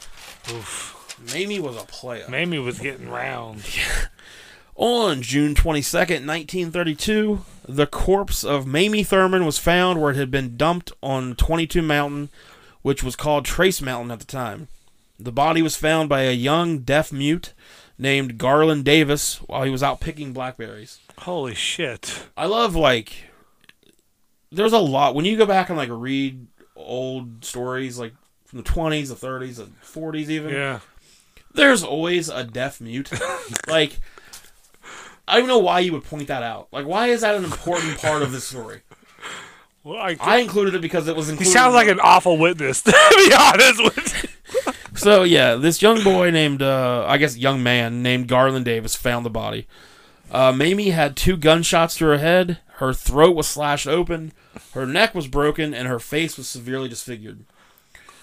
S1: Oof.
S2: Mamie was a player.
S1: Mamie was getting round.
S2: On June 22nd, 1932, the corpse of Mamie Thurman was found where it had been dumped on 22 Mountain, which was called Trace Mountain at the time. The body was found by a young deaf mute named Garland Davis while he was out picking blackberries.
S1: Holy shit.
S2: I love like there's a lot when you go back and like read old stories like from the 20s, the 30s, the 40s even
S1: Yeah.
S2: there's always a deaf mute. like, I don't know why you would point that out. Like, why is that an important part of this story?
S1: Well, I,
S2: I included it because it was
S1: he
S2: included.
S1: sounds like an awful witness, to be honest with you.
S2: So yeah, this young boy named, uh, I guess, young man named Garland Davis found the body. Uh, Mamie had two gunshots to her head. Her throat was slashed open. Her neck was broken, and her face was severely disfigured.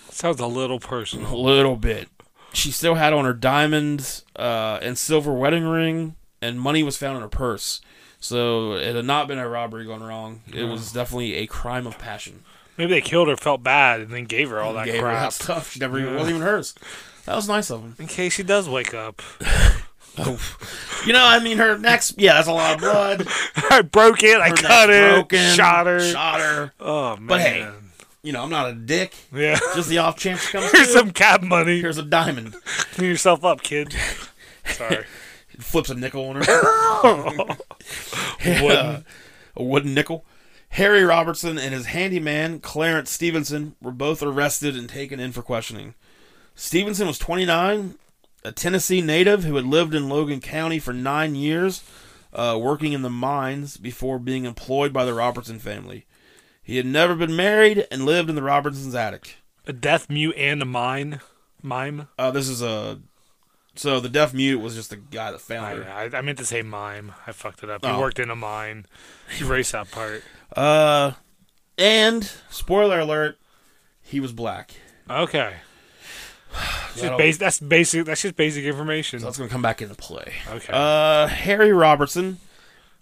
S1: Sounds a little
S2: A
S1: personal.
S2: little bit. She still had on her diamonds uh, and silver wedding ring, and money was found in her purse. So it had not been a robbery gone wrong. It was definitely a crime of passion.
S1: Maybe they killed her, felt bad, and then gave her all that
S2: Gave her
S1: crap.
S2: that stuff. She never even, wasn't even hers. That was nice of him.
S1: In case she does wake up.
S2: You know, I mean, her next. Yeah, that's a lot of blood. Her
S1: I broke it. I
S2: neck's
S1: cut it.
S2: broken,
S1: shot her.
S2: Shot her.
S1: oh man.
S2: But hey. You know, I'm not a dick.
S1: Yeah.
S2: Just the off chance she comes.
S1: Here's
S2: through.
S1: some cab money.
S2: Here's a diamond.
S1: Clean yourself up, kid. Sorry.
S2: Flips a nickel on her.
S1: Wooden.
S2: a wooden nickel. Harry Robertson and his handyman, Clarence Stevenson, were both arrested and taken in for questioning. Stevenson was 29, a Tennessee native who had lived in Logan County for nine years, uh, working in the mines before being employed by the Robertson family. He had never been married and lived in the Robertson's attic.
S1: A deaf mute and a mime. Mime.
S2: Uh, this is a. So the deaf mute was just the guy that
S1: I,
S2: found her.
S1: I, I meant to say mime. I fucked it up. He
S2: Oh.
S1: worked in a mine. You erase that part.
S2: Uh, and spoiler alert, he was black.
S1: Okay. That's just
S2: That'll-
S1: basic. That's basic. That's just basic information.
S2: So that's gonna come back into play.
S1: Okay.
S2: Uh, Harry Robertson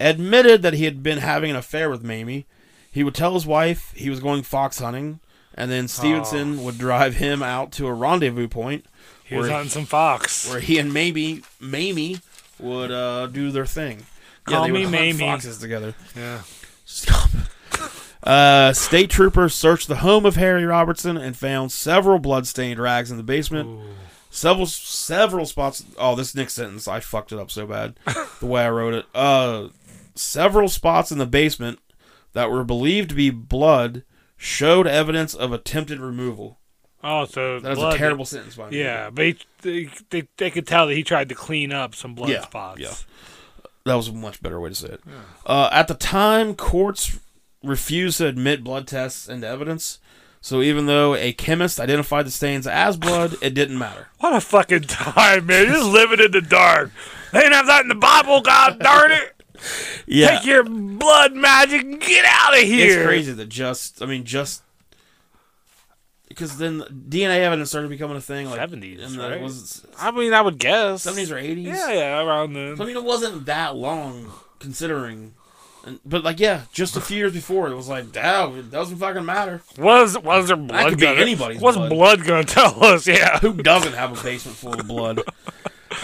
S2: admitted that he had been having an affair with Mamie. He would tell his wife he was going fox hunting, and then
S1: Oh.
S2: Stevenson would drive him out to a rendezvous point
S1: he was
S2: where-
S1: hunting some fox.
S2: where he and Mamie, Mamie would uh, do their thing.
S1: Call
S2: they
S1: me
S2: would hunt
S1: Mamie.
S2: Foxes together.
S1: Yeah.
S2: Stop. Uh, state troopers searched the home of Harry Robertson and found several blood-stained rags in the basement.
S1: Ooh.
S2: Several several spots. Oh, this next sentence I fucked it up so bad the way I wrote it. Uh, several spots in the basement that were believed to be blood showed evidence of attempted removal.
S1: Oh, so
S2: That is
S1: blood-
S2: a terrible sentence by me.
S1: Yeah, but he, they, they they could tell that he tried to clean up some blood
S2: Yeah,
S1: spots.
S2: yeah. That was a much better way to say it. Uh, at the time, courts refused to admit blood tests into evidence. So even though a chemist identified the stains as blood, it didn't matter.
S1: What a fucking time, man! You're just living in the dark. They didn't have that in the Bible. God darn it!
S2: Yeah,
S1: Take your blood magic and get out of here.
S2: it's crazy that just I mean just because then DNA evidence started becoming a thing like
S1: 70s,
S2: in the-
S1: right?
S2: was it
S1: I mean, I would guess.
S2: 70s or 80s.
S1: Yeah, yeah, around then.
S2: So, I mean it wasn't that long considering, and, but like yeah, just a few years before it was like that it doesn't fucking matter.
S1: Was was there blood?
S2: could be
S1: gonna,
S2: anybody's
S1: Was
S2: blood.
S1: blood. gonna tell us? Yeah.
S2: Who doesn't have a basement full of blood?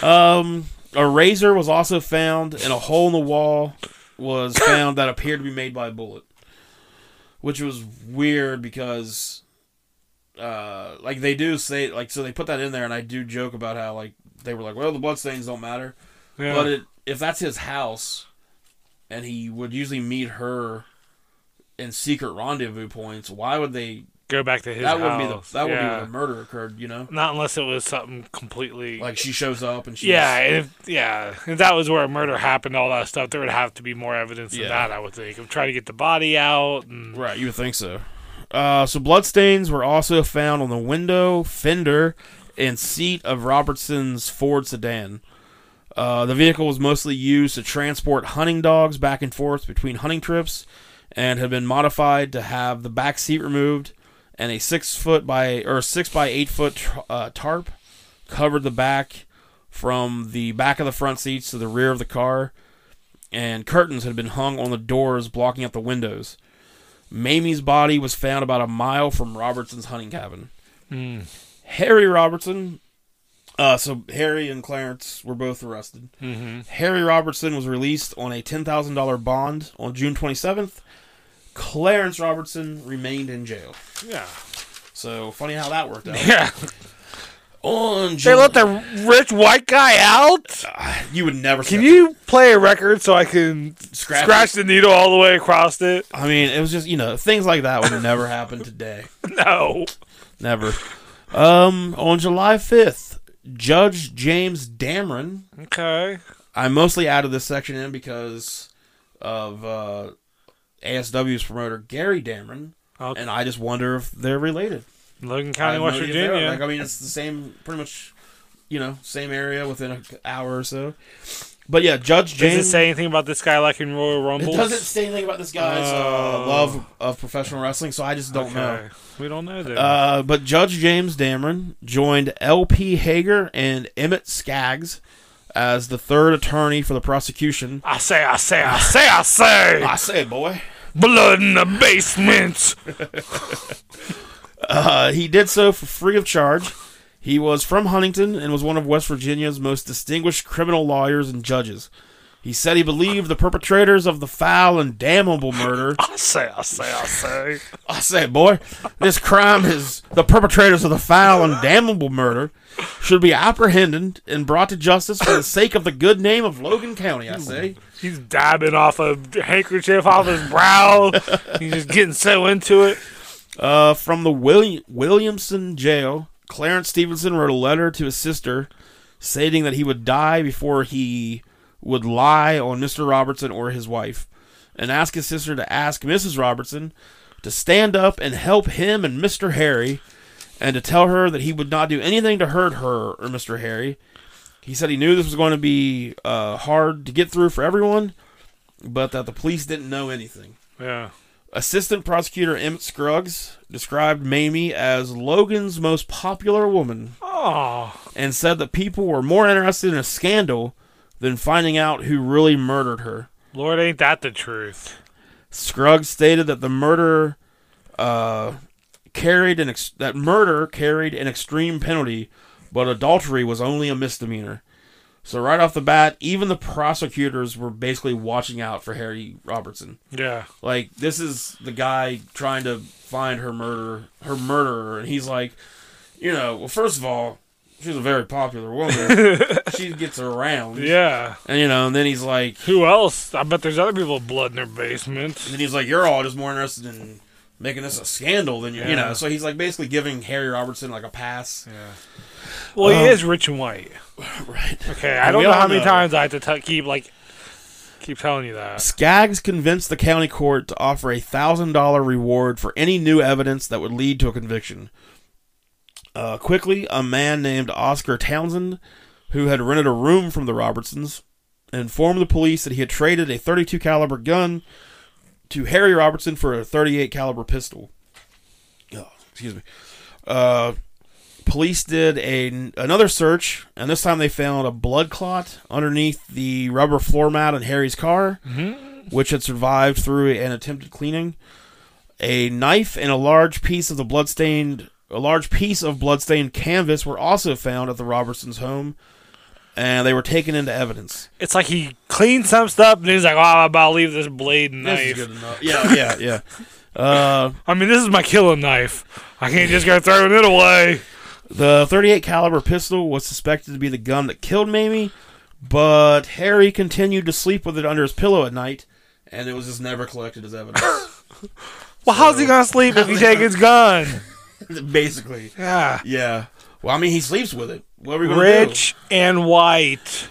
S2: Um, a razor was also found, and a hole in the wall was found that appeared to be made by a bullet, which was weird because, uh, like they do say, like so they put that in there, and I do joke about how like they were like, well, the bloodstains don't matter,
S1: yeah.
S2: but it, if that's his house, and he would usually meet her in secret rendezvous points, why would they?
S1: Go back to his
S2: that
S1: house.
S2: would be the that would be
S1: yeah.
S2: where the murder occurred, you know.
S1: Not unless it was something completely.
S2: Like she shows up and she's
S1: yeah, if yeah, if that was where a murder happened, all that stuff, there would have to be more evidence than
S2: Yeah.
S1: that. I would think of trying to get the body out. And,
S2: Right, you would think so. Uh, so bloodstains were also found on the window, fender, and seat of Robertson's Ford sedan. Uh, the vehicle was mostly used to transport hunting dogs back and forth between hunting trips, and had been modified to have the back seat removed and a six foot by or six by eight foot tr- uh, tarp covered the back from the back of the front seats to the rear of the car, and curtains had been hung on the doors blocking out the windows. Mamie's body was found about a mile from Robertson's hunting cabin.
S1: Mm.
S2: Harry Robertson, uh, so Harry and Clarence were both arrested.
S1: hmm
S2: Harry Robertson was released on a $10,000 bond on June 27th. Clarence Robertson remained in jail.
S1: Yeah,
S2: So funny how that worked out.
S1: yeah.
S2: on
S1: They
S2: June,
S1: let the rich white guy out.
S2: you would never
S1: Can
S2: scratch-
S1: you play a record so I can
S2: Scratch
S1: scratch the needle all the way across it?
S2: I mean, it was just you know things like that would never happen today.
S1: No.
S2: Never. Um, on July 5th, Judge James Dameron
S1: Okay.
S2: I mostly added this section in because of uh, ASW's promoter Gary Dameron,
S1: Okay.
S2: and I just wonder if they're related.
S1: Logan
S2: I
S1: County,
S2: have no
S1: West
S2: idea if they are.
S1: Virginia.
S2: Like I mean, it's the same, pretty much, you know, same area within an hour or so. But yeah, Judge James.
S1: Does it say anything about this guy like in Royal
S2: It
S1: Rumble?
S2: doesn't say anything about this guy's uh,
S1: Oh.
S2: love of professional wrestling, so I just don't know.
S1: We don't know that.
S2: Uh, but Judge James Dameron joined L.P. Hager and Emmett Skaggs as the third attorney for the prosecution.
S1: I say, I say, I say, I say,
S2: I say, boy.
S1: blood in the basement.
S2: Uh, he did so for free of charge. He was from Huntington and was one of West Virginia's most distinguished criminal lawyers and judges. He said he believed the perpetrators of the foul and damnable murder.
S1: I say, I say, I say.
S2: I say, boy, this crime is the perpetrators of the foul and damnable murder should be apprehended and brought to justice for the sake of the good name of Logan County. I say,
S1: He's dabbing off a handkerchief off his brow. He's just getting so into it.
S2: uh, from the Willi- Williamson jail, Clarence Stevenson wrote a letter to his sister stating that he would die before he would lie on Mr. Robertson or his wife, and ask his sister to ask Mrs. Robertson to stand up and help him and Mr. Harry and to tell her that he would not do anything to hurt her or Mr. Harry. He said he knew this was going to be uh, hard to get through for everyone, but that the police didn't know anything.
S1: Yeah.
S2: Assistant Prosecutor Emmett Scruggs described Mamie as Logan's most popular woman
S1: Oh.
S2: and said that people were more interested in a scandal than finding out who really murdered her.
S1: Lord, ain't that the truth?
S2: Scruggs stated that the murder uh, carried an ex- that murder carried an extreme penalty, but adultery was only a misdemeanor. So right off the bat, even the prosecutors were basically watching out for Harry Robertson.
S1: Yeah.
S2: Like this is the guy trying to find her murder, her murderer, and he's like, you know, well, first of all, she's a very popular woman. she gets around,
S1: Yeah.
S2: and you know, and then he's like,
S1: Who else? I bet there's other people with blood in their basement.
S2: And then he's like, "You're all just more interested in making this a scandal than you, you
S1: Yeah.
S2: know." So he's like basically giving Harry Robertson like a pass.
S1: Yeah. Well, he
S2: Um,
S1: is rich and white.
S2: Right.
S1: Okay, I
S2: And
S1: don't
S2: we
S1: know
S2: all
S1: how many
S2: know.
S1: times I have to t- keep like keep telling you that.
S2: Skaggs convinced the county court to offer a thousand dollar reward for any new evidence that would lead to a conviction. Uh, quickly, a man named Oscar Townsend, who had rented a room from the Robertsons, informed the police that he had traded a 32 caliber gun to Harry Robertson for a 38 caliber pistol. Oh, excuse me. Uh, police did a, another search, and this time they found a blood clot underneath the rubber floor mat in Harry's car, which had survived through an attempted cleaning. A knife and a large piece of the bloodstained a large piece of bloodstained canvas were also found at the Robertsons' home, and they were taken into evidence.
S1: It's like he cleaned some stuff and he's like, "Oh, I'm about to leave this blade and knife."
S2: enough. Yeah, yeah, yeah. Uh,
S1: I mean, this is my killing knife. I can't just go throwing it away.
S2: The 38 caliber pistol was suspected to be the gun that killed Mamie, but Harry continued to sleep with it under his pillow at night, and it was just never collected as evidence.
S1: Well, how's he gonna sleep if you take his gun?
S2: Basically,
S1: Yeah,
S2: yeah. Well, I mean, he sleeps with it. What are we gonna
S1: rich and white.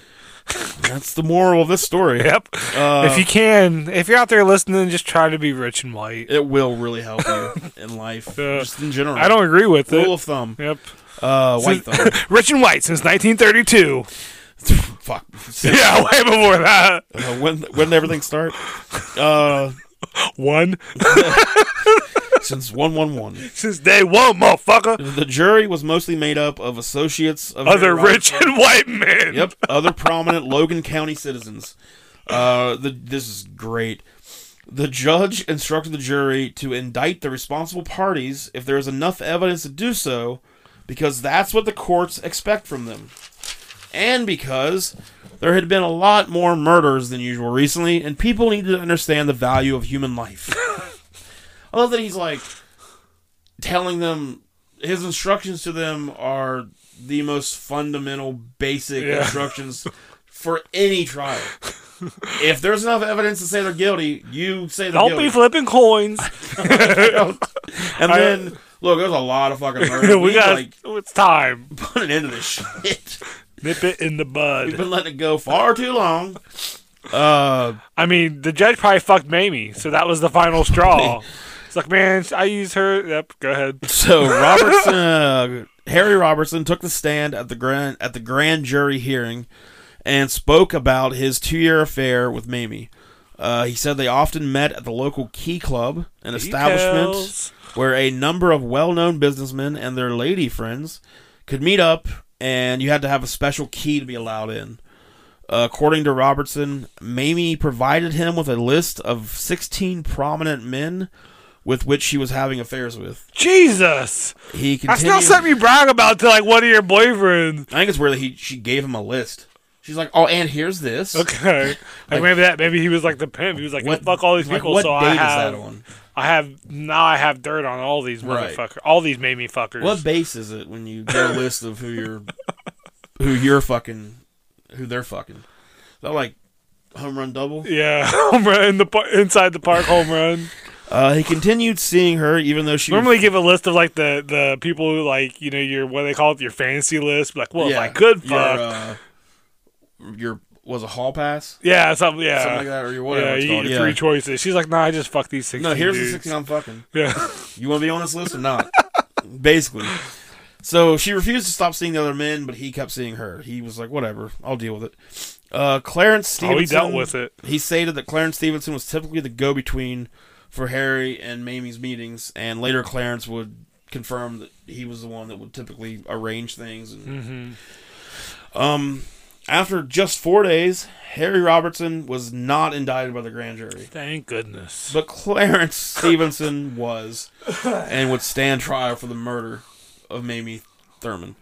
S2: do? That's the moral of this story.
S1: Yep.
S2: Uh,
S1: if you can, if you're out there listening, just try to be rich and white.
S2: it will really help you in life,
S1: Uh,
S2: just in general.
S1: I don't agree with
S2: Rule
S1: it.
S2: of thumb.
S1: Yep.
S2: Uh, white thumb.
S1: Rich and white since 1932.
S2: Fuck.
S1: Yeah, way before that.
S2: Uh, when when did everything start? Uh,
S1: One
S2: since one one one.
S1: since day one, motherfucker.
S2: The jury was mostly made up of associates of
S1: Other
S2: Harry Robertson.
S1: rich and white men.
S2: Yep, other prominent Logan County citizens. Uh, the, this is great. The judge instructed the jury to indict the responsible parties if there is enough evidence to do so, because that's what the courts expect from them. And because there had been a lot more murders than usual recently, and people needed to understand the value of human life. I love that he's like telling them his instructions to them are the most fundamental, basic
S1: Yeah.
S2: instructions for any trial. if there's enough evidence to say they're guilty, you say they're
S1: Don't
S2: guilty.
S1: be flipping coins.
S2: and
S1: I-
S2: then look, there's a lot of fucking murders.
S1: we
S2: we
S1: got.
S2: like
S1: it's time.
S2: put an end to this shit.
S1: Nip it in the
S2: We've
S1: bud.
S2: been letting it go far too long. Uh,
S1: I mean, the judge probably fucked Mamie, so that was the final straw. It's like, man, I use her. Yep, go ahead.
S2: So Robertson, uh, Harry Robertson, took the stand at the grand at the grand jury hearing, and spoke about his two-year affair with Mamie. Uh, he said they often met at the local Key Club, an establishment
S1: Details.
S2: where a number of well-known businessmen and their lady friends could meet up, and you had to have a special key to be allowed in. Uh, according to Robertson, Mamie provided him with a list of 16 prominent men with which she was having affairs with.
S1: Jesus,
S2: He
S1: that's
S2: continued.
S1: not something you brag about to like one of your boyfriends.
S2: I think it's where he she gave him a list. She's like, "Oh, and here's this."
S1: Okay, like, maybe that maybe he was like the pimp. He was like, fuck all these
S2: like,
S1: people.
S2: what
S1: so
S2: date
S1: I have,
S2: is that on?
S1: I have now I have dirt on all these
S2: Right.
S1: motherfuckers. All these Mamie fuckers.
S2: What base is it when you get a list of who you're, who you're fucking, who they're fucking? Is that like home run double?
S1: Yeah, home run in the par- inside the park home run.
S2: Uh, he continued seeing her even though she
S1: Normally, give a list of like the the people who like you know your what do they call it your fantasy list. Like, well,
S2: was,
S1: if I could
S2: your,
S1: fuck,
S2: uh, your was a hall pass
S1: yeah, something, yeah,
S2: something like that or your whatever
S1: yeah,
S2: it's
S1: you get
S2: called.
S1: your three choices. She's like, nah, I just fuck these six.
S2: no, here's the
S1: dudes. Oh,
S2: sixteen I'm fucking.
S1: Yeah,
S2: You want to be on this list or not? Basically, So she refused to stop seeing the other men, but he kept seeing her. He was like, "Whatever, I'll deal with it." Uh, Clarence
S1: Oh,
S2: Stevenson.
S1: he dealt with it.
S2: He stated that Clarence Stevenson was typically the go-between for Harry and Mamie's meetings, and later Clarence would confirm that he was the one that would typically arrange things. And,
S1: Mm-hmm.
S2: um, after just four days, Harry Robertson was not indicted by the grand jury,
S1: Thank goodness.
S2: but Clarence Stevenson was, and would stand trial for the murder of Mamie Thurman.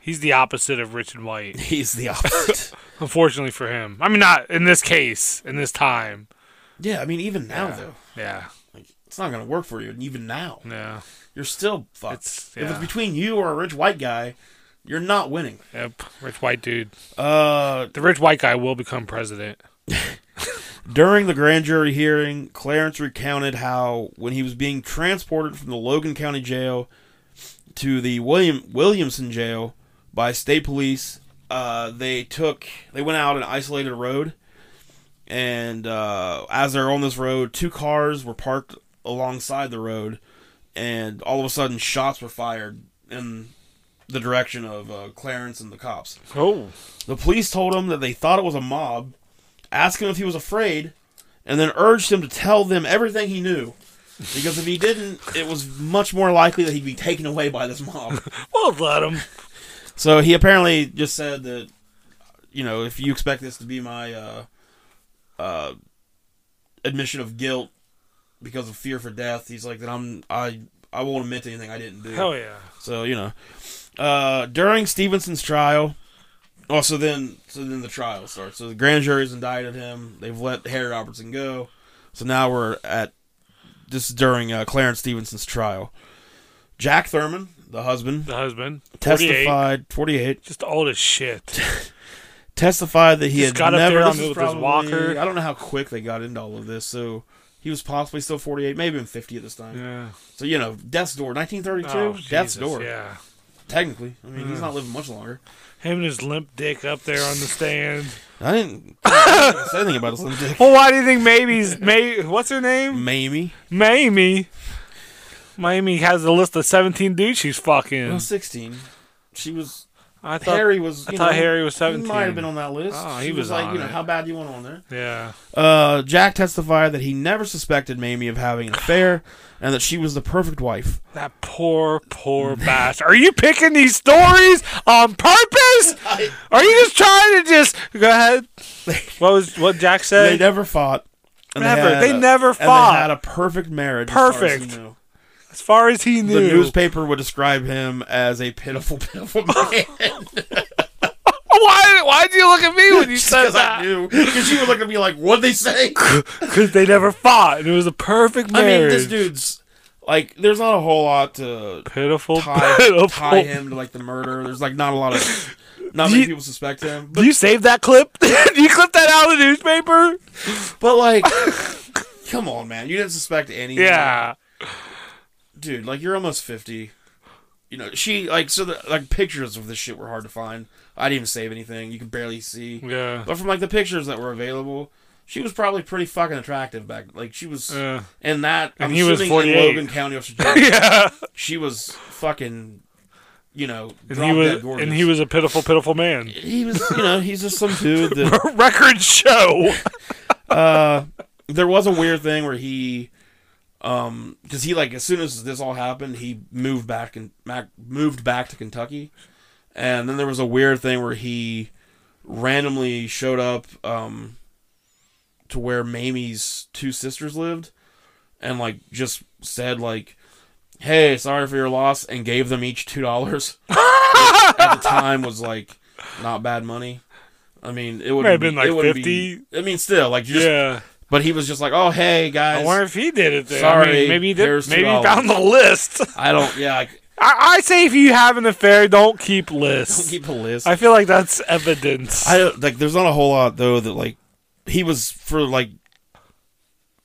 S1: He's the opposite of Richard White.
S2: He's the opposite.
S1: Unfortunately for him. I mean, not in this case, in this time.
S2: yeah, I mean, even now
S1: Yeah.
S2: though,
S1: Yeah,
S2: like, it's not gonna work for you. And even now,
S1: yeah.
S2: you're still fucked.
S1: It's-
S2: If
S1: yeah.
S2: it's between you or a rich white guy, you're not winning.
S1: Yep. Rich white dude.
S2: Uh,
S1: The rich white guy will become president.
S2: during the grand jury hearing, Clarence recounted how when he was being transported from the Logan County Jail to the William Williamson Jail by state police, uh, they took they went out an isolated road, and uh, as they're on this road, two cars were parked alongside the road, and all of a sudden shots were fired in the direction of uh, Clarence and the cops.
S1: Oh.
S2: The police told him that they thought it was a mob, asked him if he was afraid, and then urged him to tell them everything he knew. Because if he didn't, it was much more likely that he'd be taken away by this mob.
S1: Well, let him.
S2: so he apparently just said that, you know, if you expect this to be my uh, uh, admission of guilt because of fear for death, he's like, that I'm I I won't admit to anything I didn't do.
S1: Hell yeah.
S2: So you know, uh, during Stevenson's trial, oh, so then so then the trial starts. So the grand jury's indicted him. They've let Harry Robertson go. So now we're at this is during uh, Clarence Stevenson's trial. Jack Thurman, the husband,
S1: The husband. 48.
S2: testified forty-eight
S1: Just old as shit.
S2: testified that he
S1: Just
S2: had
S1: got up
S2: never
S1: there on
S2: this
S1: the-
S2: is
S1: with his
S2: probably-
S1: walker.
S2: I don't know how quick they got into all of this. So he was possibly still forty-eight, maybe even fifty at this time.
S1: Yeah.
S2: So you know, death's door, nineteen thirty-two,
S1: Oh,
S2: death's
S1: Jesus,
S2: door.
S1: Yeah. Mm-hmm.
S2: Technically, I mean, he's not living much longer.
S1: Him and his limp dick up there on the stand.
S2: I didn't I didn't say anything about Slim Dick.
S1: Well, why do you think Mamie's May? What's her name?
S2: Mamie.
S1: Mamie. Mamie has a list of seventeen dudes she's
S2: I
S1: fucking.
S2: was 16. She was.
S1: I thought.
S2: Harry was.
S1: I
S2: You
S1: thought
S2: know,
S1: Harry was
S2: He
S1: seventeen.
S2: might have been Ah, on that list.
S1: Oh, he
S2: She
S1: was
S2: like,
S1: on
S2: you know,
S1: it.
S2: how bad do you want on there?
S1: Yeah.
S2: Uh, Jack testified that he never suspected Mamie of having an affair and that she was the perfect wife.
S1: That poor, poor bastard. Are you picking these stories on purpose? Are you just trying to just go ahead? What was what Jack said?
S2: They never fought. and
S1: Never.
S2: had
S1: They
S2: a-
S1: never
S2: and
S1: fought.
S2: they had a perfect marriage. as far as he
S1: Perfect.
S2: knew.
S1: as far as he
S2: The
S1: knew,
S2: newspaper would describe him as a pitiful, pitiful man.
S1: Oh, Why? Why'd you look at me when you said
S2: Because I
S1: that?
S2: knew. Because she would look at me like, what'd they say?
S1: Because they never fought, and it was a perfect
S2: I
S1: marriage.
S2: mean, this dude's like, there's not a whole lot to
S1: pitiful,
S2: tie,
S1: pitiful.
S2: tie him to like the murder. There's like not a lot of, not
S1: Do
S2: many
S1: you-
S2: people suspect him. But
S1: Do you save that clip? Do you clip that out of the newspaper?
S2: but like, come on, man, you didn't suspect any.
S1: Yeah.
S2: dude, like you're almost fifty. You know, she like so the like pictures of this shit were hard to find. I didn't even save anything. You could barely see.
S1: Yeah.
S2: But from like the pictures that were available, she was probably pretty fucking attractive back. Like she was,
S1: Yeah.
S2: and that
S1: And
S2: I'm
S1: he was
S2: assuming
S1: 48.
S2: in Logan County, West Virginia,
S1: yeah.
S2: she was fucking, you know,
S1: And he
S2: drop
S1: was,
S2: dead gorgeous.
S1: and he was a pitiful, pitiful man.
S2: he was, you know, he's just some dude that
S1: Record show.
S2: uh, there was a weird thing where he, um, because he like as soon as this all happened, he moved back and back, moved back to Kentucky, and then there was a weird thing where he randomly showed up, um, to where Mamie's two sisters lived, and like just said like. Hey, sorry for your loss, and gave them each two dollars. at the time, was like not bad money. I mean, it would
S1: May have been, like, 50.
S2: I mean, still like you just
S1: yeah.
S2: but he was just like, "Oh, hey
S1: I
S2: guys,
S1: wonder if he did it. Then. I
S2: Sorry,
S1: mean, maybe he did.
S2: here's
S1: Maybe he
S2: $2.
S1: found the list.
S2: I don't. Yeah, I
S1: I, I say if you have an affair, don't keep
S2: don't
S1: lists.
S2: keep a list.
S1: I
S2: I,
S1: feel like that's evidence.
S2: don't like. There's not a whole lot though that like he was for like.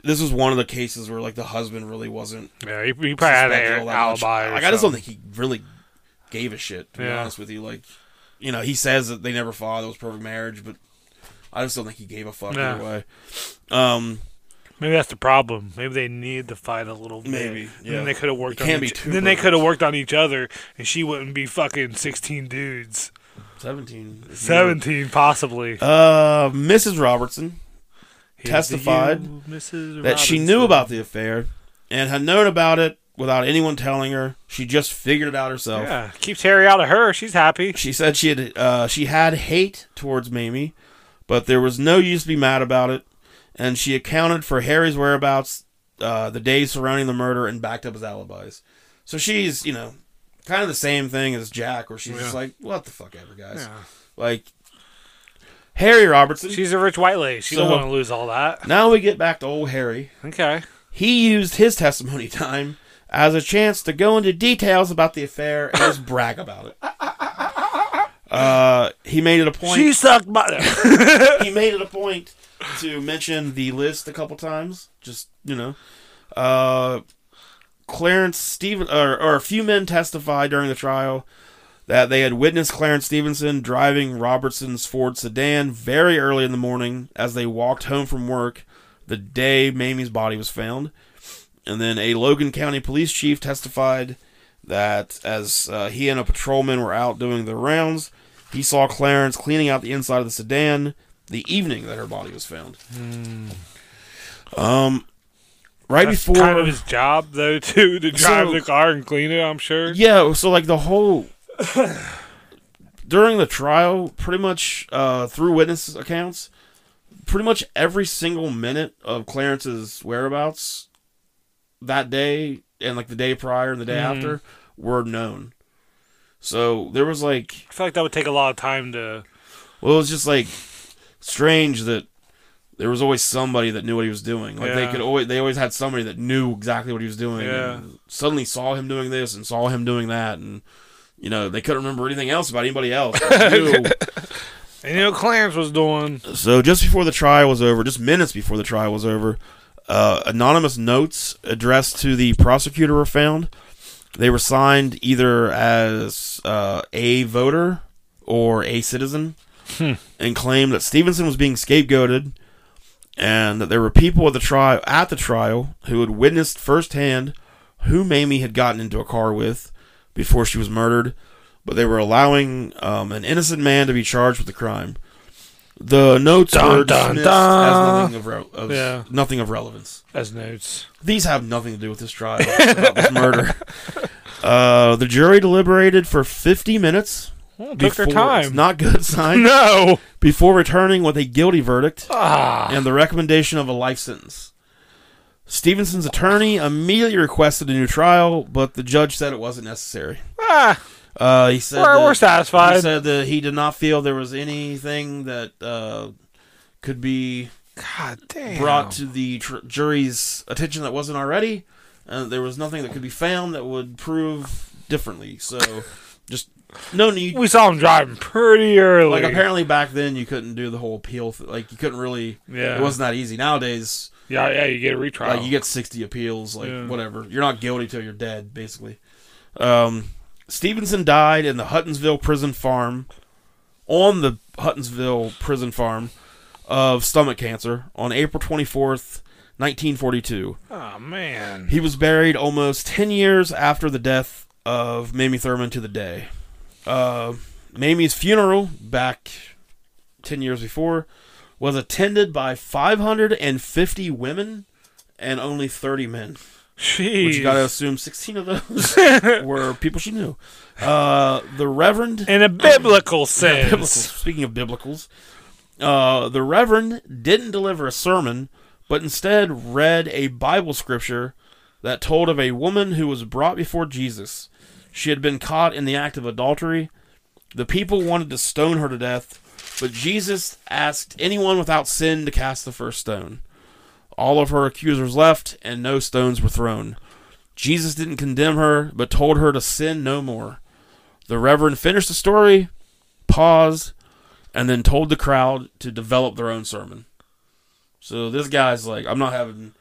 S2: This was one of the cases where like the husband really wasn't.
S1: yeah, he, he probably had
S2: suspected all
S1: an
S2: that much.
S1: alibi. Or
S2: Like I just don't
S1: something.
S2: think he really gave a shit. To be
S1: Yeah.
S2: honest with you, like you know, he says that they never fought. It was perfect marriage, but I just don't think he gave a fuck
S1: No.
S2: either way. Um,
S1: Maybe that's the problem. Maybe they need to fight a little bit.
S4: Maybe,
S1: And
S4: yeah.
S1: then they could have worked
S4: You
S1: on
S4: can't
S1: each-
S4: be too
S1: Then they
S4: perfect.
S1: could have worked on each other and she wouldn't be fucking 16 dudes.
S4: Seventeen.
S1: 17 possibly.
S2: Uh, Mrs. Robertson
S1: Here's
S2: testified
S1: to you, Mrs.
S2: that she knew
S1: Robinson.
S2: about the affair and had known about it without anyone telling her. She just figured it out herself.
S1: Yeah, keeps Harry out of her. She's happy.
S2: She said she had uh, she had hate towards Mamie, but there was no use to be mad about it, and she accounted for Harry's whereabouts uh, the days surrounding the murder and backed up his alibis. So she's you know kind of the same thing as Jack, where she's just
S1: Yeah.
S2: like, "What the fuck ever, guys."
S1: Yeah.
S2: Like Harry Robertson.
S1: She's a rich white lady. She don't
S2: So-
S1: want to lose all that.
S2: now we get back to old Harry.
S1: Okay.
S2: He used his testimony time as a chance to go into details about the affair and just brag about it. Uh, he made it a point.
S1: She sucked my.
S2: he made it a point to mention the list a couple times. Just you know, uh, Clarence Steven or, or a few men testified during the trial that they had witnessed Clarence Stevenson driving Robertson's Ford sedan very early in the morning as they walked home from work the day Mamie's body was found. And then a Logan County police chief testified that as uh, he and a patrolman were out doing their rounds, he saw Clarence cleaning out the inside of the sedan the evening that her body was found. Um, right
S1: Hmm. That's
S2: before
S1: kind of his job though too to drive
S2: So-
S1: the car and clean it. I'm sure.
S2: Yeah, so like the whole during the trial, pretty much uh, through witness accounts, pretty much every single minute of Clarence's whereabouts that day and like the day prior and the day
S1: Mhm.
S2: after were known. So there was like,
S1: I feel like that would take a lot of time to.
S2: well, it was just like strange that there was always somebody that knew what he was doing. Like they
S1: Yeah.
S2: could always, they always had somebody that knew exactly what he was doing.
S1: Yeah.
S2: And suddenly saw him doing this and saw him doing that, and you know they couldn't remember anything else about anybody else. but knew.
S1: And you know, Clarence was doing.
S2: so just before the trial was over, just minutes before the trial was over, uh, anonymous notes addressed to the prosecutor were found. They were signed either as uh, a voter or a citizen,
S1: Hmm.
S2: and claimed that Stevenson was being scapegoated, and that there were people at the trial at the trial who had witnessed firsthand who Mamie had gotten into a car with before she was murdered, but they were allowing um, an innocent man to be charged with the crime. The notes
S1: Dun,
S2: were
S1: dun,
S2: dismissed
S1: dun.
S2: as nothing of, re- of
S1: Yeah.
S2: nothing of relevance.
S1: As notes.
S2: These have nothing to do with this trial it's about this murder. Uh, the jury deliberated for 50 minutes.
S1: Well, it took their
S2: It's
S1: time.
S2: not good sign.
S1: no.
S2: Before returning with a guilty verdict
S1: Ah.
S2: and the recommendation of a life sentence. Stevenson's attorney immediately requested a new trial, but the judge said it wasn't necessary.
S1: ah
S2: Uh, he said
S1: we're,
S2: that-
S1: we're
S2: he
S1: satisfied.
S2: said that he did not feel there was anything that uh, could be
S1: God damn.
S2: brought to the tr- jury's attention that wasn't already, and there was nothing that could be found that would prove differently. So, just no need.
S1: we saw him driving pretty early.
S2: Like apparently back then you couldn't do the whole appeal. Th- like you couldn't really.
S1: Yeah.
S2: It wasn't that easy. Nowadays,
S1: yeah, yeah. You get a retrial.
S2: like you get sixty appeals. Like
S1: Yeah.
S2: whatever. You're not guilty till you're dead, basically. Um, Stevenson died in the Huttonsville prison farm, on the Huttonsville prison farm, of stomach cancer on April twenty fourth, nineteen forty two.
S1: oh man.
S2: He was buried almost 10 years after the death of Mamie Thurman to the day. Uh, Mamie's funeral, back 10 years before, was attended by 550 women and only 30 men.
S1: Jeez.
S2: Which you got to assume 16 of those were people she knew. Uh, the Reverend
S1: in a biblical
S2: yeah, biblical.
S1: sense.
S2: Speaking of biblicals, uh, the Reverend didn't deliver a sermon, but instead read a Bible scripture that told of a woman who was brought before Jesus. She had been caught in the act of adultery. The people wanted to stone her to death, but Jesus asked anyone without sin to cast the first stone. All of her accusers left, and no stones were thrown. Jesus didn't condemn her, but told her to sin no more. The Reverend finished the story, paused, and then told the crowd to develop their own sermon. So this guy's like, I'm not having,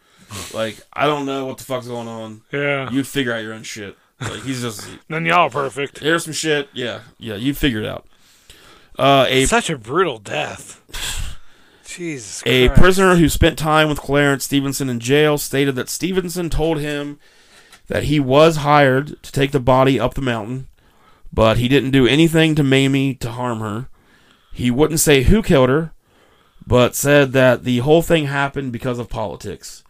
S2: like, I don't know what the fuck's going on.
S1: yeah.
S2: You figure out your own shit. Like he's just,
S1: None of y'all are perfect.
S2: here's some shit. Yeah, yeah, you figure it out. Uh, a
S1: Such a brutal death. Jesus
S2: A
S1: Christ.
S2: prisoner who spent time with Clarence Stevenson in jail stated that Stevenson told him that he was hired to take the body up the mountain, but he didn't do anything to Mamie to harm her. He wouldn't say who killed her, but said that the whole thing happened because of politics.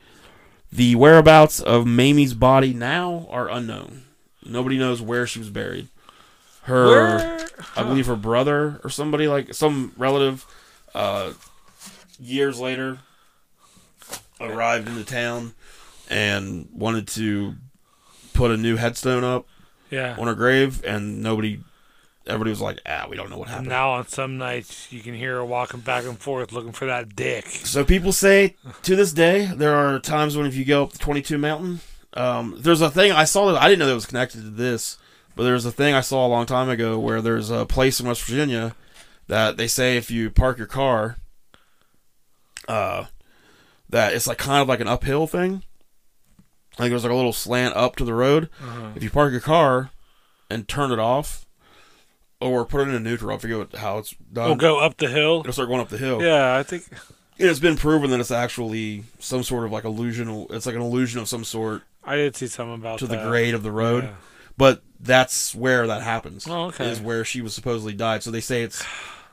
S2: The whereabouts of Mamie's body now are unknown. Nobody knows where she was buried. Her
S1: Where-
S2: I believe her brother or somebody like some relative uh, years later arrived into town and wanted to put a new headstone up
S1: Yeah.
S2: on her grave and nobody everybody was like ah we don't know what
S1: And
S2: happened
S1: now on some nights you can hear her walking back and forth looking for that dick.
S2: so people say to this day there are times when if you go up the 22 mountain um, there's a thing i saw that i didn't know that was connected to this but there's a thing i saw a long time ago where there's a place in west virginia that they say if you park your car uh, that it's like kind of like an uphill thing like there's like a little slant up to the road if you park your car and turn it off or put it in neutral i forget what, how it's done
S1: We'll go up the hill.
S2: it'll start going up the hill
S1: Yeah, I think
S2: it's been proven that it's actually some sort of like illusional it's like an illusion of some sort
S1: I did see something about
S2: to the
S1: that.
S2: grade of the road
S1: Uh, Yeah.
S2: but that's where that happens
S1: Oh, okay.
S2: is where she was supposedly died so they say it's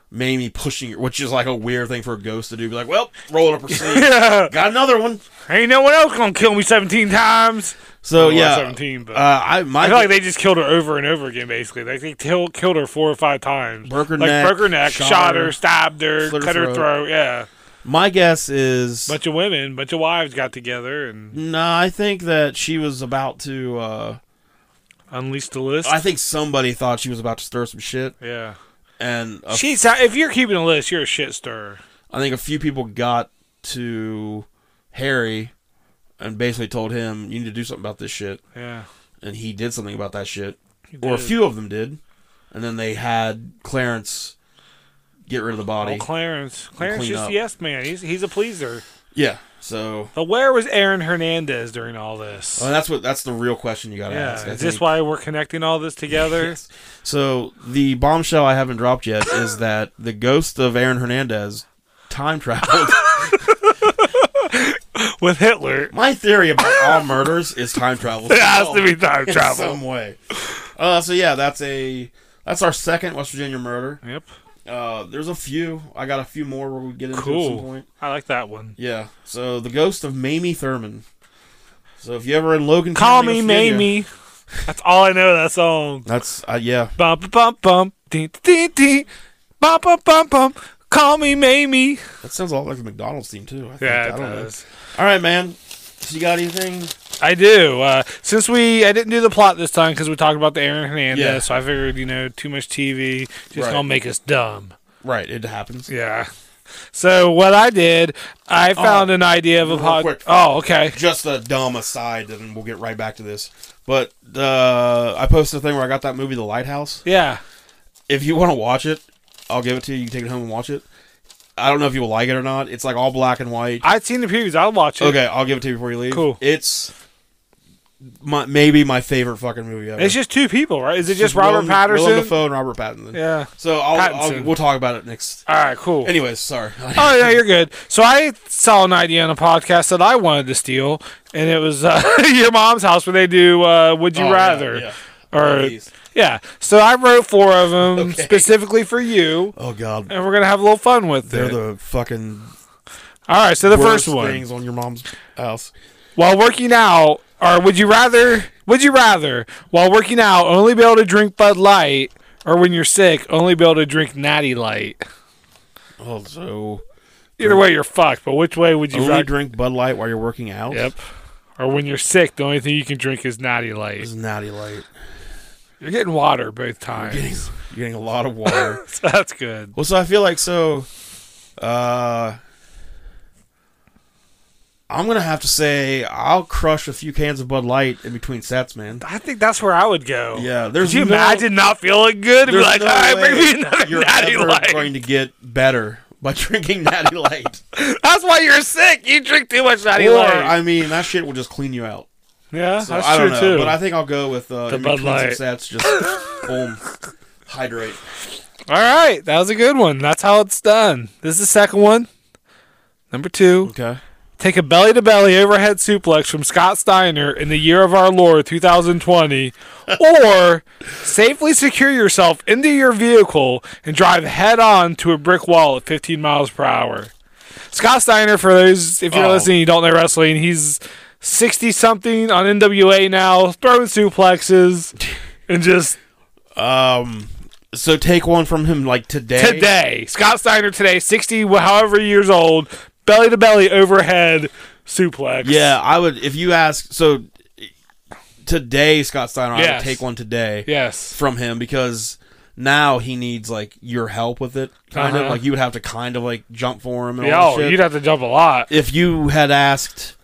S2: mamie pushing her which is like a weird thing for a ghost to do be like well roll it up her sleeve
S1: Yeah.
S2: got another one
S1: Ain't no one else gonna kill me seventeen times.
S2: so
S1: Well, not
S2: yeah
S1: 17, but-
S2: uh, i my
S1: I feel like they just killed her over and over again. Basically, like they kill, killed her four or five times.
S2: Broke her
S1: like
S2: neck,
S1: broke her neck,
S2: shot
S1: shot, her,
S2: her,
S1: stabbed her,
S2: slit her
S1: cut her
S2: throat.
S1: throat. Yeah,
S2: my guess is
S1: bunch of women, bunch of wives got together and
S2: no i think that she was about to uh
S1: unleashed the list.
S2: i think somebody thought she was about to stir some shit
S1: yeah,
S2: and a
S1: she's. If you're keeping a list, you're a shit stirrer.
S2: I think a few people got to Harry and basically told him, "You need to do something about this shit,"
S1: Yeah,
S2: and he did something about that shit,
S1: You
S2: or a
S1: did.
S2: few of them did, and then they had Clarence get rid of the
S1: Oh,
S2: body.
S1: Clarence. Clarence
S2: clean
S1: just
S2: up.
S1: yes man. He's he's a pleaser.
S2: yeah, so
S1: But where was Aaron Hernandez during all this?
S2: well, that's what that's the real question you got to
S1: yeah,
S2: ask. I
S1: is this
S2: think.
S1: why we're connecting all this together?
S2: Yes. So the bombshell I haven't dropped yet is that the ghost of Aaron Hernandez time traveled.
S1: With Hitler,
S2: My theory about all murders is time travel.
S1: it has to be time
S2: in
S1: travel.
S2: some way. Uh, so yeah, that's a that's our second West Virginia murder.
S1: Yep,
S2: Uh, there's a few. I got a few more where we get into at some
S1: cool.
S2: point.
S1: I like that one.
S2: Yeah. So the ghost of Mamie Thurman. So if you ever in Logan,
S1: Call
S2: County,
S1: me
S2: West Virginia-
S1: Mamie. That's all I know of that song.
S2: That's uh, yeah.
S1: Bum bum bum bum. Dee dee dee. Bum bum bum bum. Call me Mamie.
S2: That sounds a lot like the McDonald's theme too. I think.
S1: Yeah,
S2: I
S1: it
S2: don't know.
S1: does.
S2: All right, man. So you got anything?
S1: I do. Uh, since we, I didn't do the plot this time because we talked about the Aaron Hernandez,
S2: Yeah.
S1: so I figured, you know, too much TV just
S2: Right.
S1: gonna make us dumb.
S2: Right, it happens.
S1: Yeah. So what I did, I found an idea of a
S2: Oh. real
S1: pod.
S2: quick.
S1: Oh, okay.
S2: Just a dumb aside, and we'll get right back to this. But uh, I posted a thing where I got that movie, The Lighthouse.
S1: Yeah.
S2: if you want to watch it, I'll give it to you. You can take it home and watch it. I don't know if you will like it or not. It's like all black and white.
S1: I'd seen the previews. I'll watch it.
S2: Okay, I'll give it to you before you leave.
S1: Cool.
S2: It's my, maybe my favorite fucking movie ever.
S1: It's just two people, right? Is it just Robert
S2: Willem-
S1: Patterson?
S2: Willem Dafoe and Robert Pattinson.
S1: yeah.
S2: So I'll, I'll
S1: Pattinson.
S2: we'll talk about it next.
S1: All right. Cool.
S2: Anyways, sorry.
S1: Oh no, you're good. So I saw an idea on a podcast that I wanted to steal, and it was uh, your mom's house where they do uh, "Would You
S2: Oh, yeah,
S1: Rather,"
S2: yeah.
S1: or
S2: Movies.
S1: yeah. So I wrote four of them
S2: Okay.
S1: specifically for you,
S2: Oh god,
S1: and we're gonna have a little fun with
S2: they're
S1: it.
S2: the fucking
S1: All right. So the
S2: worst
S1: first one.
S2: things on your mom's house.
S1: while working out, or would you rather? Would you rather while working out only be able to drink Bud Light, or when you're sick only be able to drink Natty Light?
S2: Oh, so
S1: Either way, you're fucked. But which way would you
S2: only
S1: rather?
S2: drink Bud Light while you're working out.
S1: Oh, Yep. Or when you're sick, the only thing you can drink is Natty Light.
S2: This is natty light.
S1: You're getting water both times.
S2: Getting, getting a lot of water.
S1: So that's good.
S2: Well, so I feel like so. Uh, I'm gonna have to say I'll crush a few cans of Bud Light in between sets, man.
S1: I think that's where I would go.
S2: Yeah, there's
S1: Could you
S2: no,
S1: imagine not feeling good and be
S2: there's
S1: like,
S2: no
S1: all right,
S2: way
S1: maybe another
S2: you're
S1: Natty
S2: ever
S1: Light.
S2: going to get better by drinking Natty Light.
S1: That's why you're sick. You drink too much Natty
S2: or
S1: Light.
S2: I mean, that shit will just clean you out.
S1: yeah,
S2: So
S1: that's
S2: I
S1: true
S2: don't know,
S1: too.
S2: but I think I'll go with uh,
S1: The
S2: in
S1: Bud
S2: between some
S1: Light.
S2: sets, just boom, hydrate.
S1: All right, that was a good one. That's how it's done. This is the second one. Number two,
S2: Okay.
S1: take a belly to belly overhead suplex from Scott Steiner in the year of our Lord 2020, or safely secure yourself into your vehicle and drive head on to a brick wall at 15 miles per hour. Scott Steiner, for those, if you're
S2: Oh.
S1: listening, you don't know wrestling, he's 60 something on NWA now, throwing suplexes and just
S2: Um. So take one from him like today.
S1: today. Scott Steiner today, 60, wh- however years old, belly to belly overhead suplex.
S2: Yeah, I would. If you ask, so today Scott Steiner, I would
S1: Yes.
S2: take one today
S1: Yes.
S2: from him because now he needs like your help with it. Kind of
S1: Uh-huh.
S2: like you would have to kind of like jump for him. And all
S1: Yo,
S2: that shit.
S1: you'd have to jump a lot.
S2: if you had asked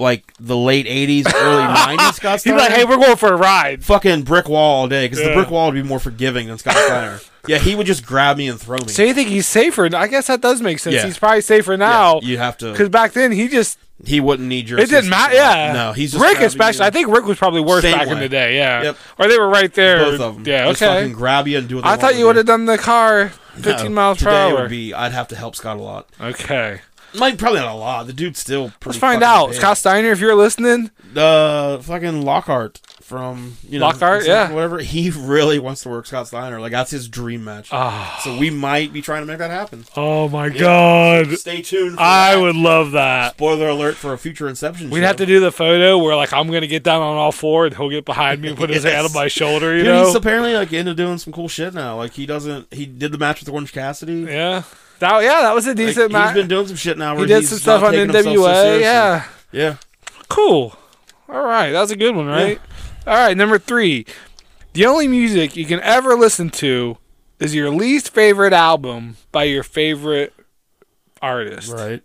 S2: like the late '80s, early '90s Scott
S1: He's
S2: Steiner,
S1: like, hey, we're going for a ride.
S2: fucking brick wall all day because the
S1: Yeah.
S2: brick wall would be more forgiving than Scott Steiner. yeah, he would just grab me and throw me.
S1: So you think he's safer? I guess that does make sense.
S2: Yeah.
S1: He's probably safer
S2: Yeah,
S1: now.
S2: you have to.
S1: Because back then, he just.
S2: He wouldn't need your.
S1: It didn't
S2: assistance.
S1: matter. Yeah.
S2: No, he's just
S1: Rick,
S2: grabbing
S1: especially.
S2: you.
S1: I think Rick was probably worse
S2: Same
S1: back in
S2: way.
S1: the day. Yeah.
S2: Yep.
S1: Or they were right there.
S2: both of them.
S1: Yeah,
S2: Just
S1: okay.
S2: fucking grab you and do what they
S1: I thought you would have done the car 15 miles per
S2: today
S1: hour.
S2: Would be, I'd have to help Scott a lot.
S1: okay.
S2: Might probably not a lot. The dude's still. Pretty
S1: Let's find
S2: fucking
S1: out.
S2: big.
S1: Scott Steiner, if you're listening,
S2: uh, fucking Lockhart from you know
S1: Lockhart, yeah.
S2: whatever. He really wants to work Scott Steiner. Like that's his dream match.
S1: Ah.
S2: so we might be trying to make that happen.
S1: oh my God.
S2: Stay tuned. For
S1: I
S2: that.
S1: would love that.
S2: Spoiler alert for a future Inception.
S1: We'd have to do the photo where like I'm gonna get down on all four and he'll get behind me and put his
S2: Yes.
S1: hand on my shoulder, you
S2: Dude,
S1: know?
S2: he's apparently like into doing some cool shit now. Like he doesn't. He did the match with Orange Cassidy.
S1: yeah. That yeah, that was a
S2: Like,
S1: decent
S2: he's
S1: match.
S2: been doing some shit now. Where
S1: He did
S2: he's
S1: some stuff
S2: not
S1: on
S2: taking himself so
S1: NWA.
S2: seriously.
S1: yeah.
S2: yeah.
S1: Cool. All right, that was a good one, right? All right, number three. The only music you can ever listen to is your least favorite album by your favorite artist.
S2: Right.